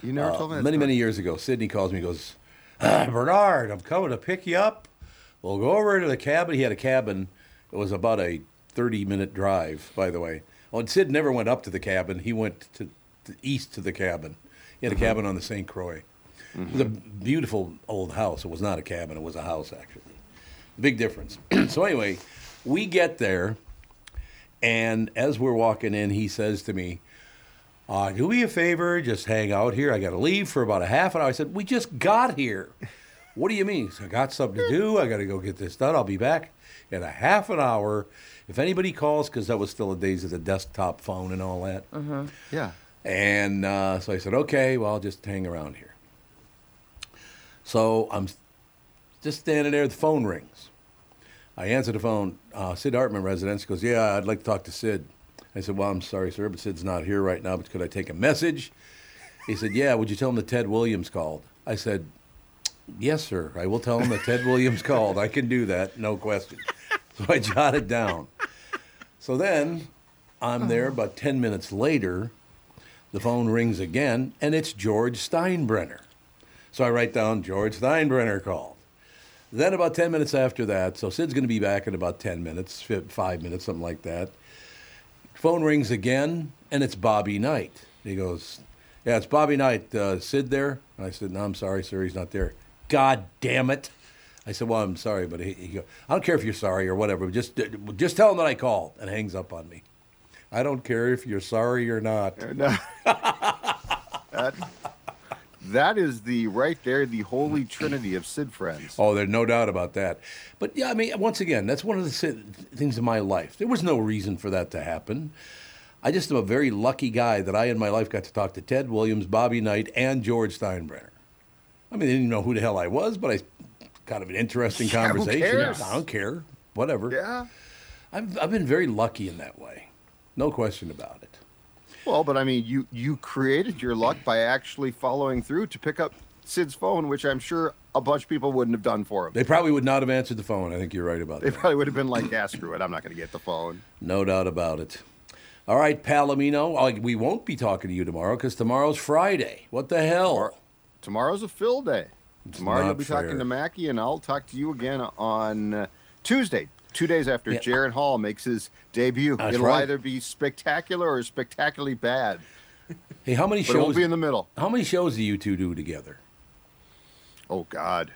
[SPEAKER 6] You never told me that
[SPEAKER 2] uh, many,
[SPEAKER 6] story.
[SPEAKER 2] many years ago, Sydney calls me and goes, "Ah, Bernard, I'm coming to pick you up. We'll go over to the cabin. He had a cabin. It was about a 30 minute drive, by the way. Well, and Sid never went up to the cabin. He went to, to east to the cabin. He
[SPEAKER 6] Mm-hmm.
[SPEAKER 2] had a cabin on the St. Croix. It was a beautiful old house. It was not a cabin, it was a house, actually. Big difference. so, anyway, we get there, and as we're walking in, he says to me, uh, do me a favor, just hang out here. I got to leave for about a half an hour. I said, We just got here. What do you mean? He said, I got something to do. I got to go get this done. I'll be back in a half an hour. If anybody calls, because that was still the days of the desktop phone and all that.
[SPEAKER 6] Yeah.
[SPEAKER 2] And uh, so I said, okay, well, I'll just hang around here. So I'm just standing there. The phone rings. I answer the phone. Uh, Sid Hartman, residence, goes, yeah, I'd like to talk to Sid. I said, well, I'm sorry, sir, but Sid's not here right now, but could I take a message? He said, yeah, would you tell him that Ted Williams called? I said, yes, sir. I will tell him that Ted Williams called. I can do that, no question. So I jotted down. So then I'm there about 10 minutes later. The phone rings again, and it's George Steinbrenner. So I write down George Steinbrenner called. Then about 10 minutes after that, so Sid's going to be back in about 10 minutes, fi- five minutes, something like that. Phone rings again, and it's Bobby Knight. He goes, Yeah, it's Bobby Knight. Uh, Sid there? And I said, No, I'm sorry, sir. He's not there. God damn it. I said, Well, I'm sorry, but he, he go, I don't care if you're sorry or whatever. but Just, just tell him that I called and hangs up on me. I don't care if you're sorry or not.
[SPEAKER 6] That is the right there, the holy trinity of Sid friends.
[SPEAKER 2] Oh, there's no doubt about that. But yeah, I mean, once again, that's one of the si- things in my life. There was no reason for that to happen. I just am a very lucky guy that I in my life got to talk to Ted Williams, Bobby Knight, and George Steinbrenner. I mean, they didn't know who the hell I was, but I kind of an interesting
[SPEAKER 6] Yeah, who
[SPEAKER 2] conversation.
[SPEAKER 6] cares?
[SPEAKER 2] I don't care, whatever.
[SPEAKER 6] Yeah.
[SPEAKER 2] I've, I've been very lucky in that way, no question about it.
[SPEAKER 6] Well, but I mean, you you created your luck by actually following through to pick up Sid's phone, which I'm sure a bunch of people wouldn't have done for him.
[SPEAKER 2] They probably would not have answered the phone. I think you're right about
[SPEAKER 6] They
[SPEAKER 2] that.
[SPEAKER 6] probably would have been like, "Yeah, screw it, I'm not going to get the phone."
[SPEAKER 2] No doubt about it. All right, Palomino, I- we won't be talking to you tomorrow because tomorrow's Friday. What the hell?
[SPEAKER 6] Tomorrow's a fill day. Tomorrow you'll
[SPEAKER 2] not
[SPEAKER 6] be
[SPEAKER 2] fair.
[SPEAKER 6] talking to Mackie, and I'll talk to you again on uh, Tuesday, two days after
[SPEAKER 2] Yeah.
[SPEAKER 6] Jaron Hall makes his debut.
[SPEAKER 2] That's
[SPEAKER 6] It'll
[SPEAKER 2] right.
[SPEAKER 6] either be spectacular or spectacularly bad,
[SPEAKER 2] Hey, how many
[SPEAKER 6] but it won't
[SPEAKER 2] shows?
[SPEAKER 6] be in the middle.
[SPEAKER 2] how many shows do you two do together?
[SPEAKER 6] Oh God,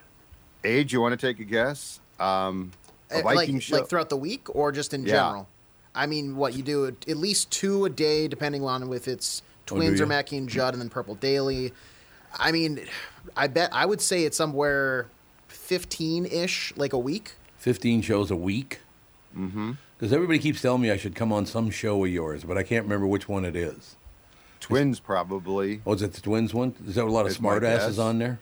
[SPEAKER 6] age? You want to take a guess? Um, a
[SPEAKER 2] Eh,
[SPEAKER 5] Uh,
[SPEAKER 6] Viking
[SPEAKER 5] like,
[SPEAKER 6] show.
[SPEAKER 5] like throughout the week or just in
[SPEAKER 6] Yeah.
[SPEAKER 5] general? I mean, what you do at at least two a day, depending on if it's
[SPEAKER 2] Oh, do
[SPEAKER 5] twins or
[SPEAKER 2] you?
[SPEAKER 5] Mackie and Judd, and then Purple Daily. I mean, I bet I would say it's somewhere fifteen ish, like a week.
[SPEAKER 2] Fifteen shows a week. Because mm-hmm. everybody keeps telling me I should come on some show of yours, but I can't remember which one it is.
[SPEAKER 6] Twins probably.
[SPEAKER 2] Oh, is it the twins one? Is there a lot of
[SPEAKER 6] It's my
[SPEAKER 2] smart asses
[SPEAKER 6] guess.
[SPEAKER 2] on there?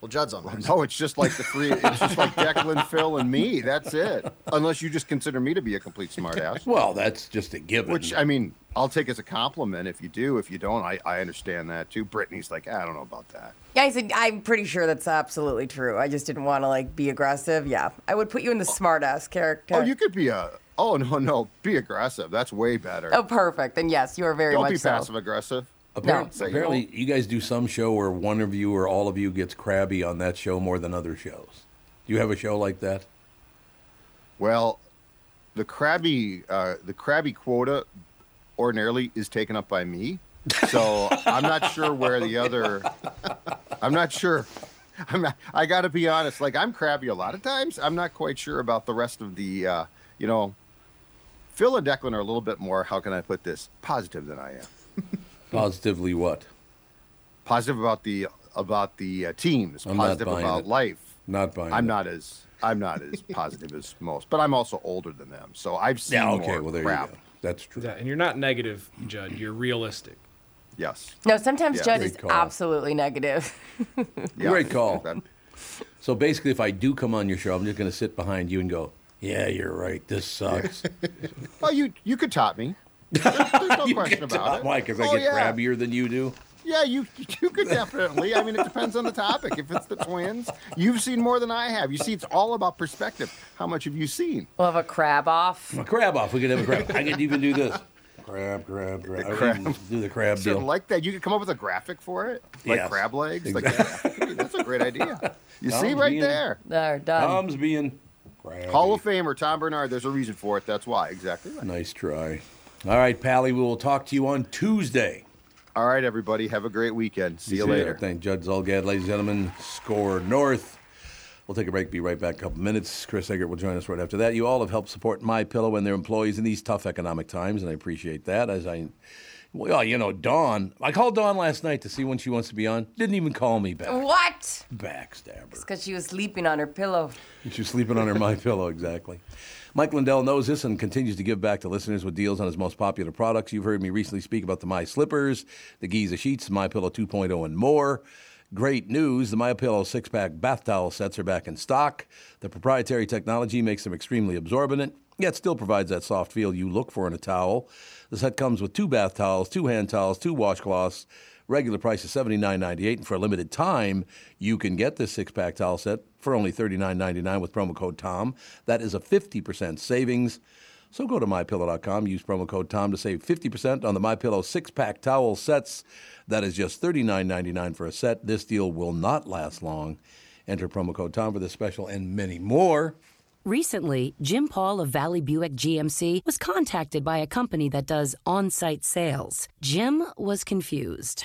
[SPEAKER 5] Well, Judd's on there.
[SPEAKER 6] No, it's just like the three. It's just like Declan, Phil, and me. That's it. Unless you just consider me to be a complete smartass,
[SPEAKER 2] Well, that's just a given.
[SPEAKER 6] which I mean, I'll take as a compliment if you do. If you don't, I, I understand that too. Brittany's like, "Ah, I don't know about that.
[SPEAKER 3] Yeah, I said I'm pretty sure that's absolutely true. I just didn't want to like be aggressive. Yeah, I would put you in
[SPEAKER 2] Oh.
[SPEAKER 3] the smartass character.
[SPEAKER 6] Oh, you could be a. Oh no, no, be aggressive. That's way better.
[SPEAKER 3] Oh, perfect. Then yes, you are very
[SPEAKER 6] don't
[SPEAKER 3] much
[SPEAKER 6] be
[SPEAKER 3] so.
[SPEAKER 6] passive aggressive.
[SPEAKER 2] Apparently,
[SPEAKER 6] So, you know-
[SPEAKER 2] apparently you guys do some show where one of you or all of you gets crabby on that show more than other shows. Do you have a show like that?
[SPEAKER 6] Well, the crabby uh, the crabby quota ordinarily is taken up by me, so I'm not sure where the other. I'm not sure. I'm not, I got to be honest. Like I'm crabby a lot of times. I'm not quite sure about the rest of the. Uh, you know, Phil and Declan are a little bit more. How can I put this? Positive than I am.
[SPEAKER 2] Positively what?
[SPEAKER 6] Positive about the about the uh, teams.
[SPEAKER 2] I'm not
[SPEAKER 6] positive
[SPEAKER 2] buying
[SPEAKER 6] about
[SPEAKER 2] it.
[SPEAKER 6] life.
[SPEAKER 2] Not buying.
[SPEAKER 6] I'm
[SPEAKER 2] it.
[SPEAKER 6] not as I'm not as positive as most, but I'm also older than them, so I've seen
[SPEAKER 2] Yeah. Okay.
[SPEAKER 6] more
[SPEAKER 2] Well, there
[SPEAKER 6] crap.
[SPEAKER 2] you go. That's true.
[SPEAKER 4] Yeah, and you're not negative, Judd. You're realistic.
[SPEAKER 6] Yes.
[SPEAKER 3] No, sometimes
[SPEAKER 6] Yeah,
[SPEAKER 3] Judd
[SPEAKER 2] great
[SPEAKER 3] is
[SPEAKER 2] call.
[SPEAKER 3] absolutely negative.
[SPEAKER 6] Yeah.
[SPEAKER 2] Great call.
[SPEAKER 6] That-
[SPEAKER 2] So basically, if I do come on your show, I'm just going to sit behind you and go, "Yeah, you're right. This sucks."
[SPEAKER 6] Well, you you could top me. There's no question about it.
[SPEAKER 2] Why? Because
[SPEAKER 6] Oh,
[SPEAKER 2] I get
[SPEAKER 6] yeah.
[SPEAKER 2] crabbier than you do.
[SPEAKER 6] Yeah, you you could definitely. I mean, it depends on the topic. If it's the twins, you've seen more than I have. You see, it's all about perspective. How much have you seen?
[SPEAKER 3] We'll have a crab off.
[SPEAKER 2] A crab off. We could have a crab. I could even do this. Crab, crab, crab. I
[SPEAKER 6] crab.
[SPEAKER 2] could Do the crab
[SPEAKER 6] So
[SPEAKER 2] deal.
[SPEAKER 6] like that, you could come up with a graphic for it, like
[SPEAKER 2] Yes.
[SPEAKER 6] crab legs. Like that. that's a great idea. You see
[SPEAKER 2] Sounds
[SPEAKER 6] right
[SPEAKER 2] mean.
[SPEAKER 6] there,
[SPEAKER 3] There, done.
[SPEAKER 2] Tom's being crabby.
[SPEAKER 6] Hall of Famer Tom Bernard. There's a reason for it. That's why. Exactly. Right.
[SPEAKER 2] Nice try. All right, Pally. We will talk to you on Tuesday.
[SPEAKER 6] All right, everybody. Have a great weekend. See you later.
[SPEAKER 2] Thank Judd Zolgad, ladies and gentlemen. Score North. We'll take a break. Be right back. in A couple minutes. Chris Eggert will join us right after that. You all have helped support My Pillow and their employees in these tough economic times, and I appreciate that. As I, well, you know, Dawn. I called Dawn last night to see when she wants to be on. Didn't even call me
[SPEAKER 3] Oh.
[SPEAKER 2] back.
[SPEAKER 3] What?
[SPEAKER 2] Backstabber.
[SPEAKER 3] Because she was sleeping on her pillow.
[SPEAKER 2] She's sleeping on her my pillow, exactly. Mike Lindell knows this and continues to give back to listeners with deals on his most popular products. You've heard me recently speak about the My Slippers, the Giza Sheets, My Pillow 2.0, and more. Great news, the My Pillow six-pack bath towel sets are back in stock. The proprietary technology makes them extremely absorbent, yet still provides that soft feel you look for in a towel. The set comes with two bath towels, two hand towels, two washcloths, Regular price is seventy nine ninety eight, and for a limited time, you can get this six pack towel set for only thirty nine ninety nine with promo code Tom. That is a fifty percent savings. So go to mypillow.com, use promo code Tom to save fifty percent on the MyPillow six pack towel sets. That is just thirty nine ninety nine for a set. This deal will not last long. Enter promo code Tom for this special and many more.
[SPEAKER 9] Recently, Jim Paul of Valley Buick GMC was contacted by a company that does on site sales. Jim was confused.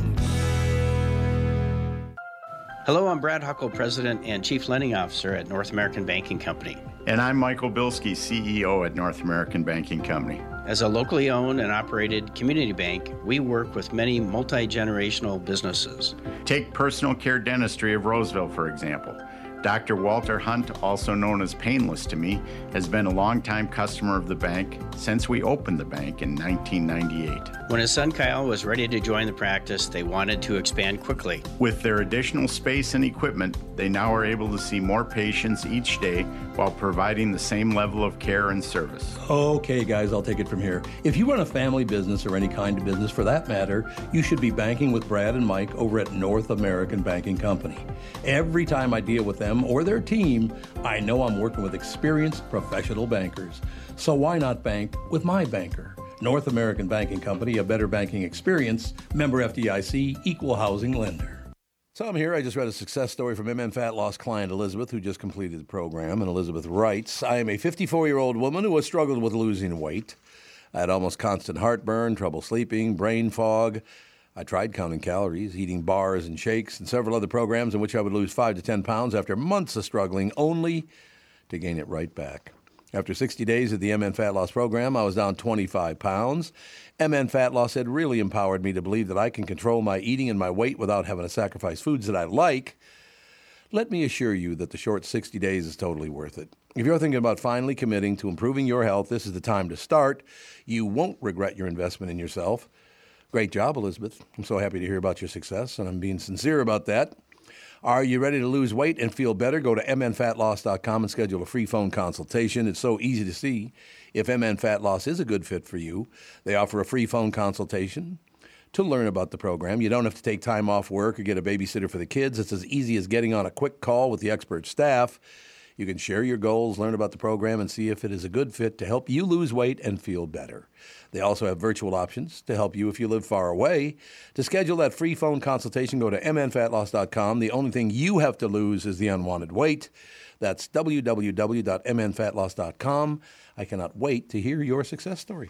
[SPEAKER 10] Hello, I'm Brad Huckle, President and Chief Lending Officer at North American Banking Company.
[SPEAKER 11] And I'm Michael Bilski, CEO at North American Banking Company.
[SPEAKER 10] As a locally owned and operated community bank, we work with many multi generational businesses.
[SPEAKER 11] Take personal care dentistry of Roseville, for example. Dr. Walter Hunt, also known as Painless to me, has been a longtime customer of the bank since we opened the bank in 1998.
[SPEAKER 10] When his son Kyle was ready to join the practice, they wanted to expand quickly.
[SPEAKER 11] With their additional space and equipment, they now are able to see more patients each day while providing the same level of care and service.
[SPEAKER 2] Okay, guys, I'll take it from here. If you run a family business or any kind of business for that matter, you should be banking with Brad and Mike over at North American Banking Company. Every time I deal with them or their team, I know I'm working with experienced professional bankers. So why not bank with my banker? North American Banking Company, a better banking experience, member FDIC, equal housing lender. Tom here. I just read a success story from MM Fat Loss client Elizabeth, who just completed the program. And Elizabeth writes I am a 54 year old woman who has struggled with losing weight. I had almost constant heartburn, trouble sleeping, brain fog. I tried counting calories, eating bars and shakes, and several other programs in which I would lose 5 to 10 pounds after months of struggling, only to gain it right back. After 60 days of the MN Fat Loss Program, I was down 25 pounds. MN Fat Loss had really empowered me to believe that I can control my eating and my weight without having to sacrifice foods that I like. Let me assure you that the short 60 days is totally worth it. If you're thinking about finally committing to improving your health, this is the time to start. You won't regret your investment in yourself. Great job, Elizabeth. I'm so happy to hear about your success, and I'm being sincere about that. Are you ready to lose weight and feel better? Go to mnfatloss.com and schedule a free phone consultation. It's so easy to see if MN Fat Loss is a good fit for you. They offer a free phone consultation to learn about the program. You don't have to take time off work or get a babysitter for the kids. It's as easy as getting on a quick call with the expert staff. You can share your goals, learn about the program, and see if it is a good fit to help you lose weight and feel better. They also have virtual options to help you if you live far away. To schedule that free phone consultation, go to mnfatloss.com. The only thing you have to lose is the unwanted weight. That's www.mnfatloss.com. I cannot wait to hear your success story.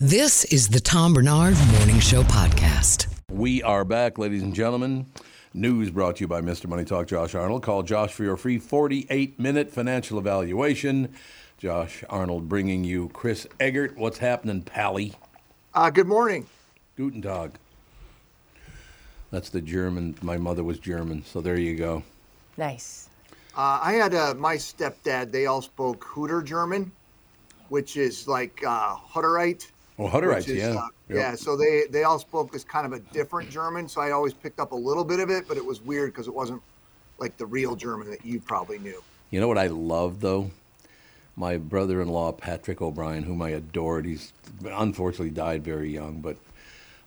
[SPEAKER 1] This is the Tom Bernard Morning Show podcast.
[SPEAKER 2] We are back, ladies and gentlemen. News brought to you by Mr. Money Talk, Josh Arnold. Call Josh for your free 48 minute financial evaluation. Josh Arnold bringing you Chris Eggert. What's happening, Pally?
[SPEAKER 12] Uh, good morning.
[SPEAKER 2] Guten Tag. That's the German. My mother was German, so there you go.
[SPEAKER 3] Nice.
[SPEAKER 12] Uh, I had uh, my stepdad. They all spoke Hooter German, which is like uh, Hutterite.
[SPEAKER 2] Well, Hutterites,
[SPEAKER 12] which is,
[SPEAKER 2] yeah.
[SPEAKER 12] uh,
[SPEAKER 2] Yep.
[SPEAKER 12] Yeah. So they they all spoke this kind of a different German. So I always picked up a little bit of it, but it was weird because it wasn't like the real German that you probably knew.
[SPEAKER 2] You know what I love though? My brother in law, Patrick O'Brien, whom I adored, he's unfortunately died very young, but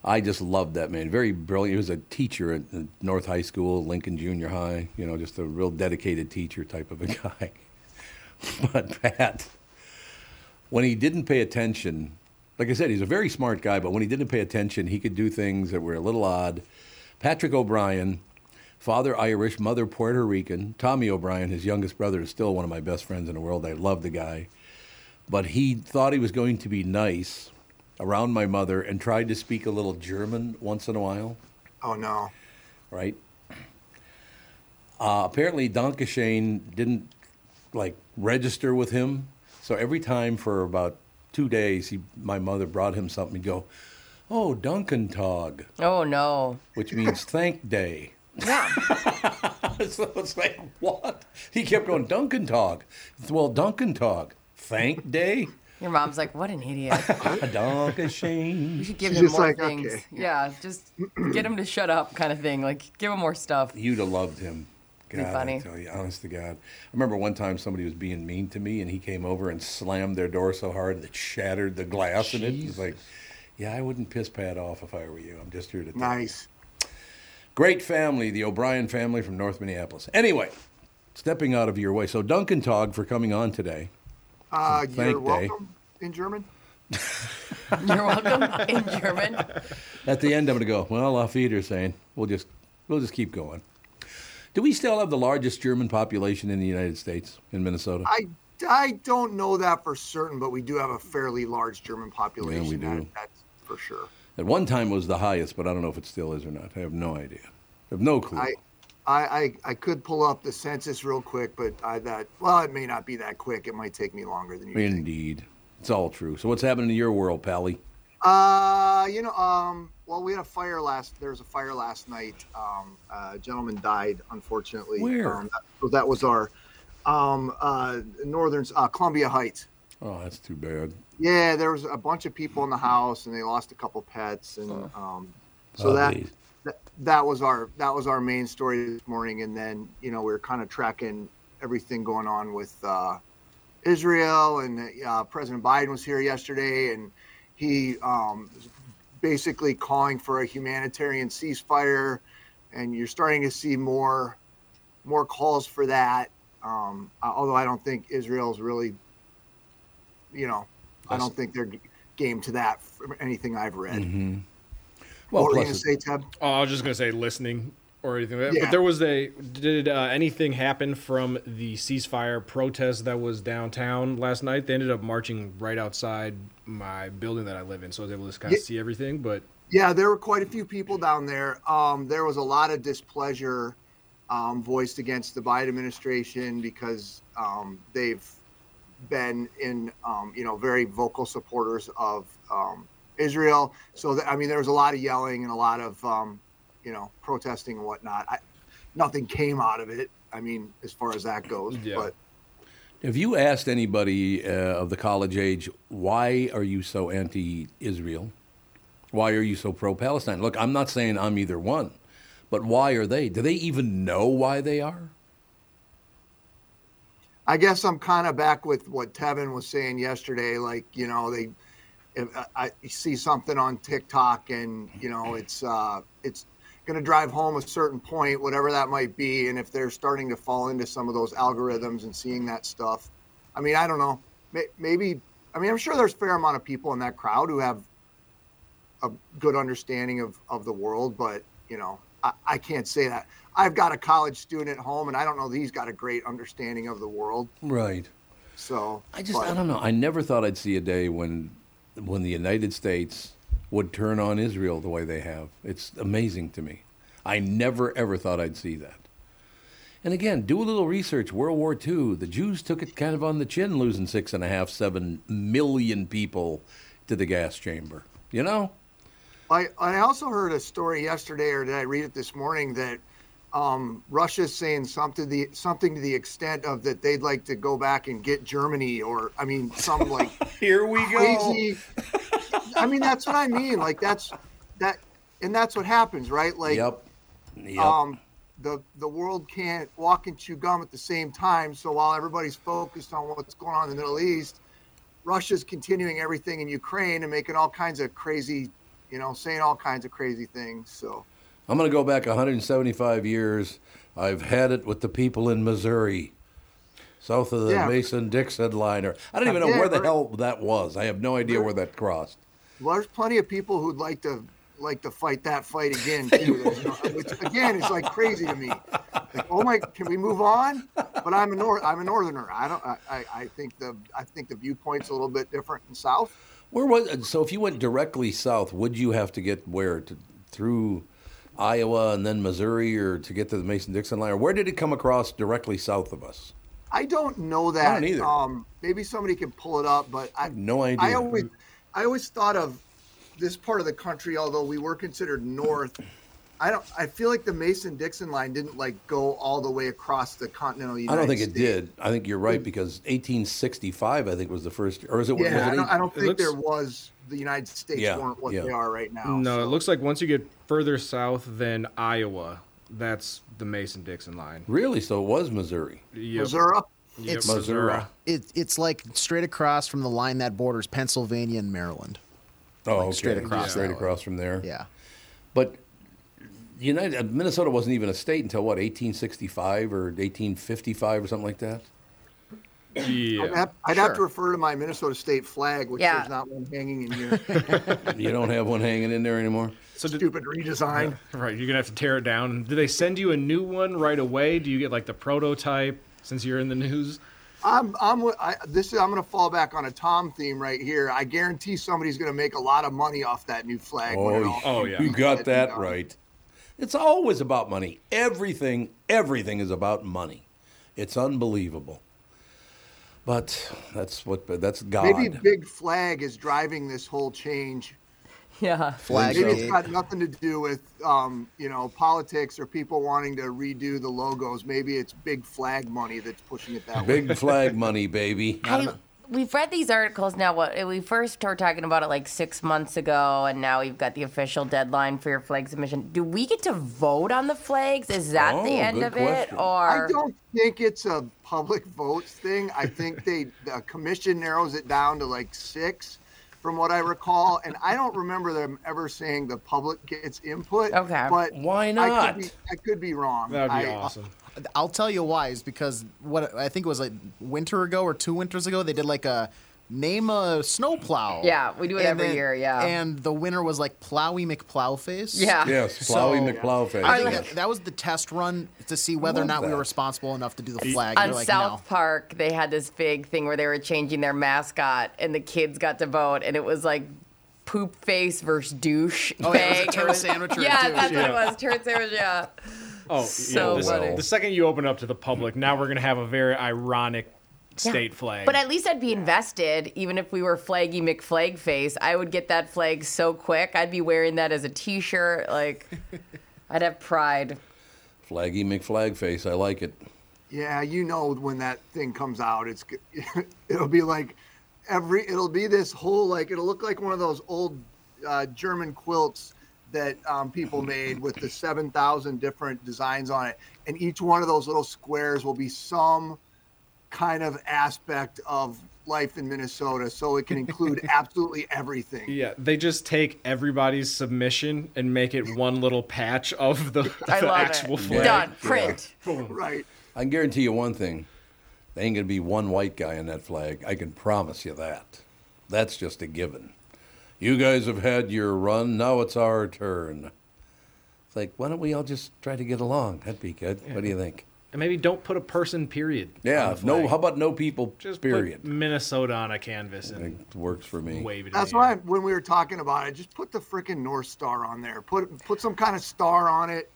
[SPEAKER 2] I just loved that man. Very brilliant. He was a teacher at at North High School, Lincoln Junior High, you know, just a real dedicated teacher type of a guy. but Pat, when he didn't pay attention, like I said, he's a very smart guy, but when he didn't pay attention, he could do things that were a little odd. Patrick O'Brien, father Irish, mother Puerto Rican. Tommy O'Brien, his youngest brother, is still one of my best friends in the world. I love the guy. But he thought he was going to be nice around my mother and tried to speak a little German once in a while,
[SPEAKER 12] Oh no.
[SPEAKER 2] right? Uh, apparently, Donkashane didn't like register with him. So every time for about two days, he, my mother brought him something. He'd go, Oh, Duncan Tog,
[SPEAKER 3] Oh no.
[SPEAKER 2] which means thank day. so it's like, what? He kept going, Duncan Tog. Well, Duncan Tog, thank day.
[SPEAKER 3] Your mom's like, what an idiot.
[SPEAKER 2] Donkashane.
[SPEAKER 3] You should give him more things. Yeah, just get him to shut up, kind of thing. Like, give him more stuff.
[SPEAKER 2] You'd have loved him.
[SPEAKER 3] It'd be
[SPEAKER 2] God, I
[SPEAKER 3] funny.
[SPEAKER 2] tell you, honest to God. I remember one time somebody was being mean to me, and he came over and slammed their door so hard that it shattered the glass in it. He's like, "Yeah, I wouldn't piss Pat off if I were you. I'm just here to."
[SPEAKER 12] Nice.
[SPEAKER 2] Great family, the O'Brien family from North Minneapolis. Anyway, stepping out of your way. So Duncan Tog for coming on today. Hmm,
[SPEAKER 12] Uh,
[SPEAKER 2] Thank
[SPEAKER 12] you're
[SPEAKER 2] day.
[SPEAKER 12] welcome in German.
[SPEAKER 3] You're welcome in German.
[SPEAKER 2] At the end, I'm going to go. Well, off Eder saying we'll just we'll just keep going. Do we still have the largest German population in the United States in Minnesota?
[SPEAKER 12] I I don't know that for certain, but we do have a fairly large German population.
[SPEAKER 2] do.
[SPEAKER 12] That, that's for sure.
[SPEAKER 2] At one time it was the highest, but I don't know if it still is or not. I have no idea. I have no clue.
[SPEAKER 12] I, I, I, I could pull up the census real quick, but I that well, it may not be that quick. It might take me longer than you.
[SPEAKER 2] Indeed. It's all true. So what's happening in your world, Pally?
[SPEAKER 12] Uh, you know, um, well, we had a fire last. There was a fire last night. Um, uh, a gentleman died, unfortunately.
[SPEAKER 2] Where?
[SPEAKER 12] Um, that, so that was our, um, uh, northern uh, Columbia Heights.
[SPEAKER 2] Oh, that's too bad.
[SPEAKER 12] Yeah, there was a bunch of people in the house, and they lost a couple pets, and um, so
[SPEAKER 2] Oh,
[SPEAKER 12] that,
[SPEAKER 2] geez.
[SPEAKER 12] that that was our that was our main story this morning. And then you know we were kind of tracking everything going on with uh, Israel, and uh, President Biden was here yesterday, and he um, was basically calling for a humanitarian ceasefire, and you're starting to see more more calls for that. Um, although I don't think Israel's really you know, I don't think they're g- game to that from anything I've read.
[SPEAKER 4] Mm-hmm. Well,
[SPEAKER 12] what were you gonna
[SPEAKER 4] plus
[SPEAKER 12] say, Ted?
[SPEAKER 4] Oh, I was just gonna say listening or anything. Like that.
[SPEAKER 12] Yeah.
[SPEAKER 4] But there was a did uh, anything happen from the ceasefire protest that was downtown last night? They ended up marching right outside my building that I live in, so I was able to kind of
[SPEAKER 12] Yeah.
[SPEAKER 4] see everything. But
[SPEAKER 12] Yeah, there were quite a few people down there. Um, there was a lot of displeasure um, voiced against the Biden administration because um, they've been in, um, you know, very vocal supporters of um, Israel. So, th- I mean, there was a lot of yelling and a lot of, um, you know, protesting and whatnot. I, nothing came out of it. I mean, as far as that goes, but
[SPEAKER 2] Have you asked anybody uh, of the college age why are you so anti-Israel? Why are you so pro-Palestine? Look, I'm not saying I'm either one, but why are they? Do they even know why they are?
[SPEAKER 12] I guess I'm kind of back with what Tevin was saying yesterday. Like, you know, they, if uh, I I see something on TikTok and, you know, it's, uh, it's going to drive home a certain point, whatever that might be. And if they're starting to fall into some of those algorithms and seeing that stuff, I mean, I don't know. May- Maybe, I mean, I'm sure there's a fair amount of people in that crowd who have a good understanding of, of the world, but, you know, I, I can't say that. I've got a college student at home and I don't know that he's got a great understanding of the world.
[SPEAKER 2] Right.
[SPEAKER 12] So
[SPEAKER 2] I just I don't know. I never thought I'd see a day when when the United States would turn on Israel the way they have. It's amazing to me. I never ever thought I'd see that. And again, do a little research. World War II, the Jews took it kind of on the chin, losing six and a half, seven million people to the gas chamber. You know?
[SPEAKER 12] I, I also heard a story yesterday, or did I read it this morning, that um, Russia's saying something to the something to the extent of that they'd like to go back and get Germany, or I mean, some like
[SPEAKER 2] here we
[SPEAKER 13] go.
[SPEAKER 12] I mean, that's what I mean. Like that's that, and that's what happens, right? Like,
[SPEAKER 2] Yep. Yep.
[SPEAKER 6] oh,
[SPEAKER 12] um, the the world can't walk and chew gum at the same time. So while everybody's focused on what's going on in the Middle East, Russia's continuing everything in Ukraine and making all kinds of crazy, you know, saying all kinds of crazy things. So
[SPEAKER 2] I'm going to go back 175 years. I've had it with the people in Missouri, south of the
[SPEAKER 12] Yeah.
[SPEAKER 2] Mason Dixon liner. I don't even know
[SPEAKER 12] Yeah,
[SPEAKER 2] where the
[SPEAKER 12] right.
[SPEAKER 2] hell that was. I have no idea where that crossed.
[SPEAKER 12] well, there's plenty of people who'd like to like to fight that fight again too. There's no- which again is like crazy to me. Like, oh my, can we move on? But I'm a north, I'm a northerner. I don't. I, I, I think the I think the viewpoint's a little bit different in south.
[SPEAKER 2] Where was so? If you went directly south, would you have to get where to, through Iowa and then Missouri, or to get to the Mason Dixon line? Or Where did it come across directly south of us?
[SPEAKER 12] I don't know that.
[SPEAKER 2] either.
[SPEAKER 12] Um, maybe somebody can pull it up, but I
[SPEAKER 2] No idea.
[SPEAKER 12] I always, I always thought of this part of the country, although we were considered north. I don't. I feel like the Mason-Dixon line didn't like go all the way across the continental United
[SPEAKER 2] I don't think
[SPEAKER 12] States.
[SPEAKER 2] it did. I think you're right because 1865, I think, was the first, or is it? was
[SPEAKER 12] Yeah,
[SPEAKER 2] it
[SPEAKER 12] I don't, I don't
[SPEAKER 4] It
[SPEAKER 12] think
[SPEAKER 4] looks-
[SPEAKER 12] there was the United States
[SPEAKER 2] Yeah,
[SPEAKER 12] weren't what
[SPEAKER 2] yeah.
[SPEAKER 12] they are right
[SPEAKER 6] Oh,
[SPEAKER 12] now.
[SPEAKER 4] no, it looks like once you get further south than Iowa, that's the Mason Dixon line.
[SPEAKER 2] Really? So it was Missouri.
[SPEAKER 4] Yep.
[SPEAKER 12] Missouri?
[SPEAKER 4] Yep.
[SPEAKER 5] It's-
[SPEAKER 2] Missouri.
[SPEAKER 5] It, it's like straight across from the line that borders Pennsylvania and Maryland.
[SPEAKER 2] Oh,
[SPEAKER 5] Like,
[SPEAKER 2] okay.
[SPEAKER 5] straight across
[SPEAKER 2] Straight
[SPEAKER 5] that way.
[SPEAKER 2] across from there.
[SPEAKER 5] Yeah.
[SPEAKER 2] But United Minnesota wasn't even a state until what 1865 or 1855 or something like that.
[SPEAKER 4] Yeah.
[SPEAKER 12] I'd, have, I'd have to refer to my Minnesota state flag, which
[SPEAKER 3] Yeah.
[SPEAKER 12] there's not one hanging in here.
[SPEAKER 2] you don't have one hanging in there anymore.
[SPEAKER 4] So
[SPEAKER 12] Stupid redesign.
[SPEAKER 4] Right, you're gonna have to tear it down. Do they send you a new one right away? Do you get like the prototype since you're in the news?
[SPEAKER 12] I'm I'm wi- I, this is I'm gonna fall back on a Tom theme right here. I guarantee somebody's gonna make a lot of money off that new flag. when it all-
[SPEAKER 2] you got that right. It's always about money. Everything, everything is about money. It's unbelievable. But that's what. but That's Oh, God.
[SPEAKER 12] Maybe Big Flag is driving this whole change.
[SPEAKER 3] Yeah,
[SPEAKER 2] Flag
[SPEAKER 12] Maybe it's
[SPEAKER 2] gate.
[SPEAKER 12] got nothing to do with um, you know politics or people wanting to redo the logos. Maybe it's Big Flag money that's pushing it that way.
[SPEAKER 2] Big flag money, baby.
[SPEAKER 3] We've read these articles now. What we first were talking about it like six months ago, and now we've got the official deadline for your flag submission. Do we get to vote on the flags? Is that
[SPEAKER 12] Oh,
[SPEAKER 3] the end
[SPEAKER 12] good
[SPEAKER 3] of
[SPEAKER 12] question.
[SPEAKER 3] it, or
[SPEAKER 12] I don't think it's a public votes thing. I think they the commission narrows it down to like six, from what I recall, and I don't remember them ever saying the public gets input.
[SPEAKER 5] Okay.
[SPEAKER 12] but
[SPEAKER 5] Why
[SPEAKER 12] I
[SPEAKER 5] not?
[SPEAKER 12] could be, I could be wrong.
[SPEAKER 3] uh,
[SPEAKER 12] I-
[SPEAKER 5] I'll tell you why is because what I think it was like winter ago or two winters ago they did like a name a snowplow.
[SPEAKER 3] Yeah, we do it
[SPEAKER 5] And
[SPEAKER 3] every year, yeah.
[SPEAKER 5] and the winner was like Plowy McPlowface.
[SPEAKER 3] Yeah.
[SPEAKER 2] Yes, Plowy McPlowface,
[SPEAKER 5] I think
[SPEAKER 2] yes.
[SPEAKER 5] that, that was the test run to see whether or
[SPEAKER 3] Love
[SPEAKER 5] not we
[SPEAKER 3] that.
[SPEAKER 5] were responsible enough to do the flag.
[SPEAKER 3] On
[SPEAKER 5] You're like,
[SPEAKER 3] South
[SPEAKER 5] no.
[SPEAKER 3] Park, they had this big thing where they were changing their mascot, and the kids got to vote, and it was like poop face versus douche
[SPEAKER 5] Oh, yeah, it was a
[SPEAKER 3] bag.
[SPEAKER 5] turd sandwich or a
[SPEAKER 3] yeah,
[SPEAKER 5] douche,
[SPEAKER 3] that's what
[SPEAKER 4] yeah.
[SPEAKER 3] it was. Turd sandwich. Yeah.
[SPEAKER 4] Oh,
[SPEAKER 3] So
[SPEAKER 4] yeah. this-
[SPEAKER 3] funny.
[SPEAKER 4] The second you open up to the public, now we're gonna have a very ironic state flag.
[SPEAKER 3] But at least I'd be invested, even if we were flaggy McFlag face. I would get that flag so quick. I'd be wearing that as a T-shirt. Like, I'd have pride.
[SPEAKER 2] Flaggy McFlagface, I like it.
[SPEAKER 12] Yeah, you know when that thing comes out, it's g- it'll be like every it'll be this whole like it'll look like one of those old uh, German quilts that um, people made with the seven thousand different designs on it, and each one of those little squares will be some kind of aspect of life in Minnesota, so it can include absolutely everything.
[SPEAKER 4] yeah, they just take everybody's submission and make it one little patch of the,
[SPEAKER 12] I
[SPEAKER 4] the
[SPEAKER 12] love it.
[SPEAKER 4] actual flag.
[SPEAKER 12] Done.
[SPEAKER 3] Print.
[SPEAKER 12] Right.
[SPEAKER 2] I can guarantee you one thing. There ain't going to be one white guy on that flag. I can promise you that. That's just a given. You guys have had your run. Now it's our turn. It's like, why don't we all just try to get along? That'd be good. What do you think?
[SPEAKER 4] And maybe don't put a person period.
[SPEAKER 2] Yeah,
[SPEAKER 4] on the
[SPEAKER 2] no.
[SPEAKER 4] flag.
[SPEAKER 2] How about no people?
[SPEAKER 4] Just put
[SPEAKER 2] period.
[SPEAKER 4] Minnesota on a canvas and
[SPEAKER 2] It works for me.
[SPEAKER 4] wave it.
[SPEAKER 12] That's why when we were talking about it, just put the freaking North Star on there. Put put some kind of star on it.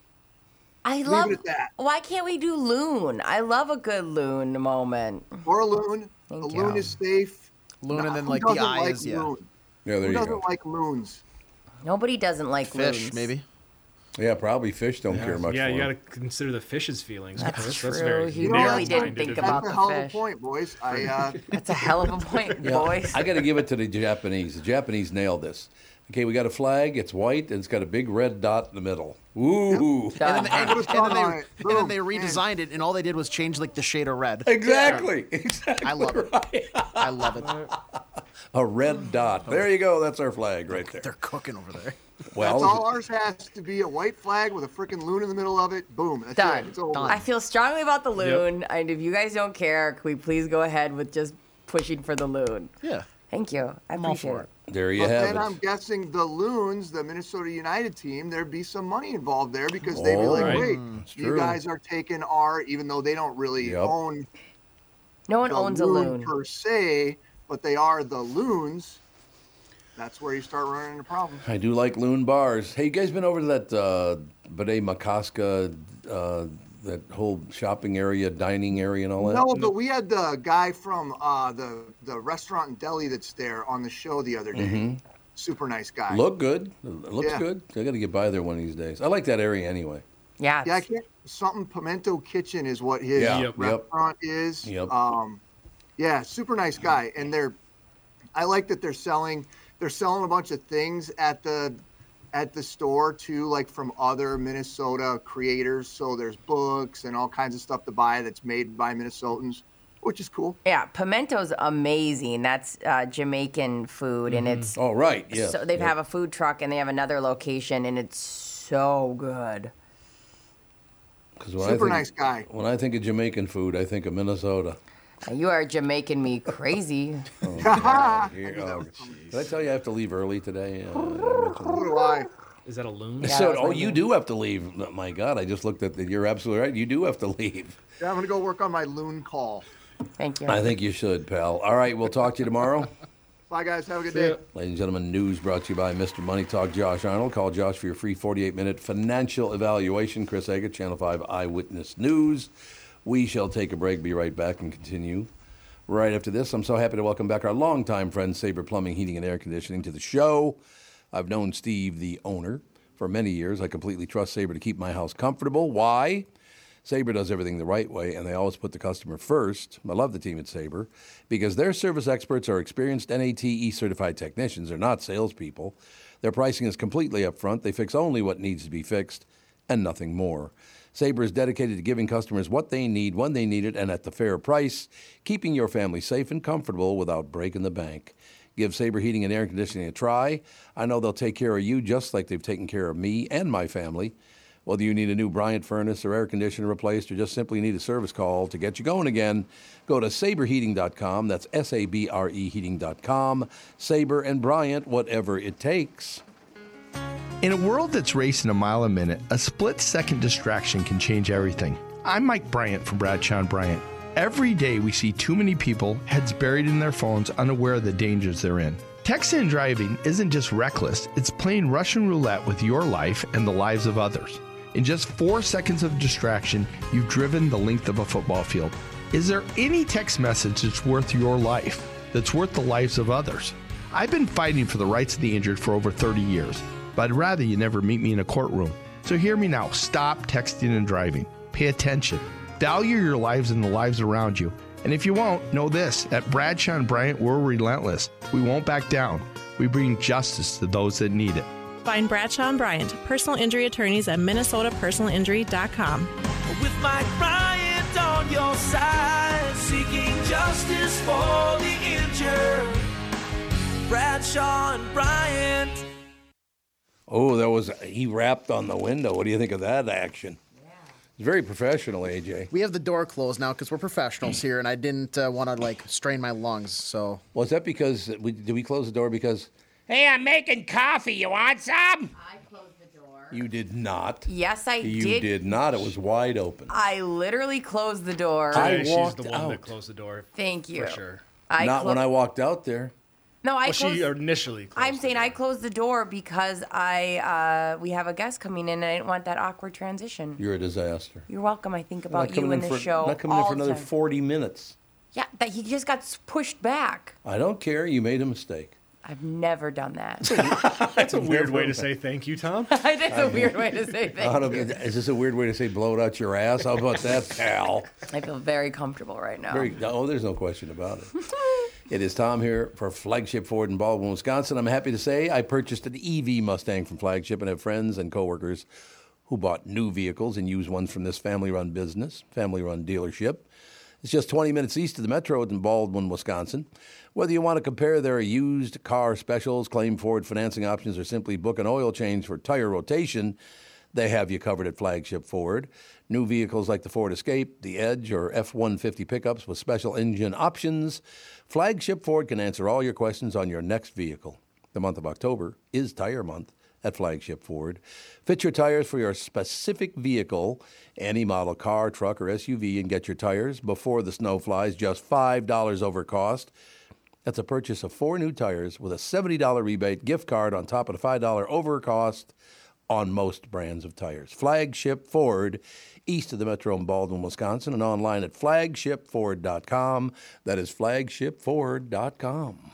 [SPEAKER 3] I
[SPEAKER 12] Leave
[SPEAKER 3] love
[SPEAKER 12] it at that.
[SPEAKER 3] Why can't we do loon? I love a good loon moment.
[SPEAKER 12] Or a loon.
[SPEAKER 3] Thank
[SPEAKER 12] a
[SPEAKER 3] you.
[SPEAKER 12] loon is safe.
[SPEAKER 5] Oh, Loon
[SPEAKER 12] Nah,
[SPEAKER 5] and then
[SPEAKER 12] who
[SPEAKER 5] like the
[SPEAKER 12] doesn't like
[SPEAKER 5] eyes, yeah.
[SPEAKER 12] loon?
[SPEAKER 2] Yeah, there
[SPEAKER 12] Who
[SPEAKER 2] you
[SPEAKER 12] doesn't
[SPEAKER 2] go.
[SPEAKER 12] like loons?
[SPEAKER 3] Nobody doesn't like
[SPEAKER 5] Fish,
[SPEAKER 3] loons.
[SPEAKER 5] maybe.
[SPEAKER 2] Yeah, probably fish don't care much.
[SPEAKER 4] Yeah,
[SPEAKER 2] for
[SPEAKER 4] you
[SPEAKER 2] 'em.
[SPEAKER 4] got to consider the fish's feelings.
[SPEAKER 3] That's
[SPEAKER 4] Chris. That's
[SPEAKER 3] true.
[SPEAKER 4] very
[SPEAKER 3] He
[SPEAKER 4] narrow
[SPEAKER 3] really didn't
[SPEAKER 4] minded
[SPEAKER 3] think
[SPEAKER 4] of
[SPEAKER 3] about
[SPEAKER 4] you.
[SPEAKER 3] the
[SPEAKER 12] That's a hell of a
[SPEAKER 3] fish.
[SPEAKER 12] point, boys. I uh,
[SPEAKER 3] That's a hell of a point,
[SPEAKER 2] Yeah,
[SPEAKER 3] boys.
[SPEAKER 2] I got to give it to the Japanese. The Japanese nailed this. Okay, we got a flag. It's white and it's got a big red dot in the middle. Ooh.
[SPEAKER 5] And then, and- and then they,
[SPEAKER 12] Alright,
[SPEAKER 5] and then they redesigned it, and all they did was change like the shade of red.
[SPEAKER 2] Exactly.
[SPEAKER 5] I love it. I love it.
[SPEAKER 2] A red dot. There you go. That's our flag right there. They're
[SPEAKER 5] cooking over there.
[SPEAKER 2] Well,
[SPEAKER 12] that's all ours has to be a white flag with a freaking loon in the middle of it. Boom. That's
[SPEAKER 3] Done.
[SPEAKER 12] it. It's over.
[SPEAKER 3] I feel strongly about the
[SPEAKER 12] Yep.
[SPEAKER 3] loon, and if you guys don't care, can we please go ahead with just pushing for the loon?
[SPEAKER 5] Yeah.
[SPEAKER 3] Thank you. I
[SPEAKER 5] all
[SPEAKER 3] appreciate
[SPEAKER 5] for
[SPEAKER 3] it.
[SPEAKER 2] there you
[SPEAKER 12] But
[SPEAKER 2] have
[SPEAKER 12] then
[SPEAKER 2] it.
[SPEAKER 12] I'm guessing the loons, the Minnesota United team, there'd be some money involved there because they'd be
[SPEAKER 2] Oh,
[SPEAKER 12] like,
[SPEAKER 2] right.
[SPEAKER 12] "Wait,
[SPEAKER 2] Mm, it's
[SPEAKER 12] you
[SPEAKER 2] true.
[SPEAKER 12] guys are taking our," even though they don't really
[SPEAKER 2] Yep.
[SPEAKER 12] own.
[SPEAKER 3] No one
[SPEAKER 12] the
[SPEAKER 3] owns a loon.
[SPEAKER 12] per se, but they are the loons. That's where you start running into problems.
[SPEAKER 2] I do like loon bars. Hey, you guys been over to that uh, Bidet Makaska, uh, that whole shopping area, dining area, and all that?
[SPEAKER 12] No, but we had the guy from uh, the the restaurant and deli that's there on the show the other day.
[SPEAKER 2] Mhm.
[SPEAKER 12] Super nice guy.
[SPEAKER 2] Look good. It looks
[SPEAKER 12] Yeah.
[SPEAKER 2] good. I got to get by there one of these days. I like that area anyway.
[SPEAKER 3] Yeah.
[SPEAKER 12] Yeah, I can't. Something Pimento Kitchen is what his
[SPEAKER 2] Yeah, yep.
[SPEAKER 12] restaurant is.
[SPEAKER 2] Yep.
[SPEAKER 12] Um, yeah, super nice guy, and they're. I like that they're selling. They're selling a bunch of things at the at the store too, like from other Minnesota creators. So there's books and all kinds of stuff to buy that's made by Minnesotans, which is cool.
[SPEAKER 3] Yeah, pimento's amazing. That's uh, Jamaican food, and it's
[SPEAKER 2] oh right, yeah,
[SPEAKER 3] So they
[SPEAKER 2] yeah.
[SPEAKER 3] have a food truck, and they have another location, and it's so good.
[SPEAKER 2] 'Cause when I
[SPEAKER 3] Super
[SPEAKER 2] think-
[SPEAKER 3] nice guy.
[SPEAKER 2] When I think of Jamaican food, I think of Minnesota.
[SPEAKER 3] You are Jamaican me crazy.
[SPEAKER 2] Here, oh, did I tell you I have to leave early today? Uh,
[SPEAKER 4] Is that a loon?
[SPEAKER 2] so, oh, you do have to leave. Oh, My God, I just looked at the. You're absolutely right. You do have to leave.
[SPEAKER 12] Yeah, I'm gonna go work on my loon call.
[SPEAKER 3] Thank
[SPEAKER 2] I think you should, pal. All right, we'll talk to you tomorrow.
[SPEAKER 12] Bye, guys. Have a good day.
[SPEAKER 2] Ladies and gentlemen, news brought to you by Mr. Money Talk, Josh Arnold. Call Josh for your free 48 minute financial evaluation. Chris Aga, Channel 5 Eyewitness News. We shall take a break, be right back, and continue right after this. I'm so happy to welcome back our longtime friend, Sabre Plumbing, Heating, and Air Conditioning, to the show. I've known Steve, the owner, for many years. I completely trust Sabre to keep my house comfortable. Why? Sabre does everything the right way, and they always put the customer first. I love the team at Sabre because their service experts are experienced NATE E certified technicians. They're not salespeople. Their pricing is completely upfront. They fix only what needs to be fixed and nothing more. Sabre is dedicated to giving customers what they need, when they need it, and at the fair price, keeping your family safe and comfortable without breaking the bank. Give Sabre Heating and Air Conditioning a try. I know they'll take care of you just like they've taken care of me and my family. whether you need a new Bryant furnace or air conditioner replaced or just simply need a service call to get you going again, go to saberheating.com. That's S A B R E heating.com. Saber and Bryant, whatever it takes.
[SPEAKER 14] In a world that's racing a mile a minute, a split second distraction can change everything. I'm Mike Bryant from Bradshaw and Bryant. Every day we see too many people, heads buried in their phones, unaware of the dangers they're in. Texting and driving isn't just reckless, it's playing Russian roulette with your life and the lives of others. In just four seconds of distraction, you've driven the length of a football field. Is there any text message that's worth your life, that's worth the lives of others? I've been fighting for the rights of the injured for over 30 years, but I'd rather you never meet me in a courtroom. So hear me now stop texting and driving. Pay attention. Value your lives and the lives around you. And if you won't, know this at Bradshaw and Bryant, we're relentless. We won't back down. We bring justice to those that need it.
[SPEAKER 15] Find Bradshaw and Bryant, personal injury attorneys at minnesotapersonalinjury.com.
[SPEAKER 16] With Mike Bryant on your side, seeking justice for the injured. Bradshaw and Bryant.
[SPEAKER 2] Oh, that was, he rapped on the window. What do you think of that action? It's very professional, AJ.
[SPEAKER 5] We have the door closed now because we're professionals here, and I didn't uh, want to like strain my lungs. So
[SPEAKER 2] Was that because, we, did we close the door because
[SPEAKER 17] Hey, I'm making coffee. You want some?
[SPEAKER 2] you did not?
[SPEAKER 3] Yes, I
[SPEAKER 2] you
[SPEAKER 3] did.
[SPEAKER 2] did not. It was wide open.
[SPEAKER 3] I literally closed the door.
[SPEAKER 2] I
[SPEAKER 4] Today, she's
[SPEAKER 2] walked
[SPEAKER 4] the one
[SPEAKER 2] out.
[SPEAKER 4] that closed the door.
[SPEAKER 3] Thank you.
[SPEAKER 4] For sure.
[SPEAKER 3] I
[SPEAKER 2] not when
[SPEAKER 3] clo-
[SPEAKER 2] I walked out there.
[SPEAKER 3] No, I
[SPEAKER 4] Well, she
[SPEAKER 3] closed-
[SPEAKER 4] initially.
[SPEAKER 3] I'm saying I closed the door because I uh, we have a guest coming in and I didn't want that awkward transition.
[SPEAKER 2] You're a disaster.
[SPEAKER 3] You're welcome. I think
[SPEAKER 2] Not
[SPEAKER 3] about
[SPEAKER 2] coming
[SPEAKER 3] you in the
[SPEAKER 2] for,
[SPEAKER 3] show
[SPEAKER 2] Not coming in
[SPEAKER 3] all
[SPEAKER 2] for
[SPEAKER 3] the
[SPEAKER 2] another
[SPEAKER 3] time.
[SPEAKER 2] 40 minutes.
[SPEAKER 3] Yeah, that he just got s- pushed back.
[SPEAKER 2] I don't care. You made a mistake.
[SPEAKER 3] I've never done that.
[SPEAKER 4] That's a weird way to say thank you, Tom.
[SPEAKER 3] That's a weird way to say
[SPEAKER 2] I
[SPEAKER 3] thank
[SPEAKER 2] don't-
[SPEAKER 3] you.
[SPEAKER 2] Is this a weird way to say blow it out your ass? How about that, pal?
[SPEAKER 3] I feel very comfortable right now.
[SPEAKER 2] Very, oh, there's no question about it. it is Tom here for Flagship Ford in Baldwin, Wisconsin. I'm happy to say I purchased an EV Mustang from Flagship and have friends and coworkers who bought new vehicles and used ones from this family run business, family run dealership. It's just 20 minutes east of the metro in Baldwin, Wisconsin. Whether you want to compare their used car specials, claim Ford financing options, or simply book an oil change for tire rotation, they have you covered at Flagship Ford. New vehicles like the Ford Escape, the Edge, or F 150 pickups with special engine options. Flagship Ford can answer all your questions on your next vehicle. The month of October is Tire Month at Flagship Ford. Fit your tires for your specific vehicle, any model car, truck, or SUV, and get your tires before the snow flies, just $5 over cost. That's a purchase of four new tires with a $70 rebate gift card on top of the $5 over cost on most brands of tires. Flagship Ford, east of the Metro in Baldwin, Wisconsin, and online at flagshipford.com. That is flagshipford.com.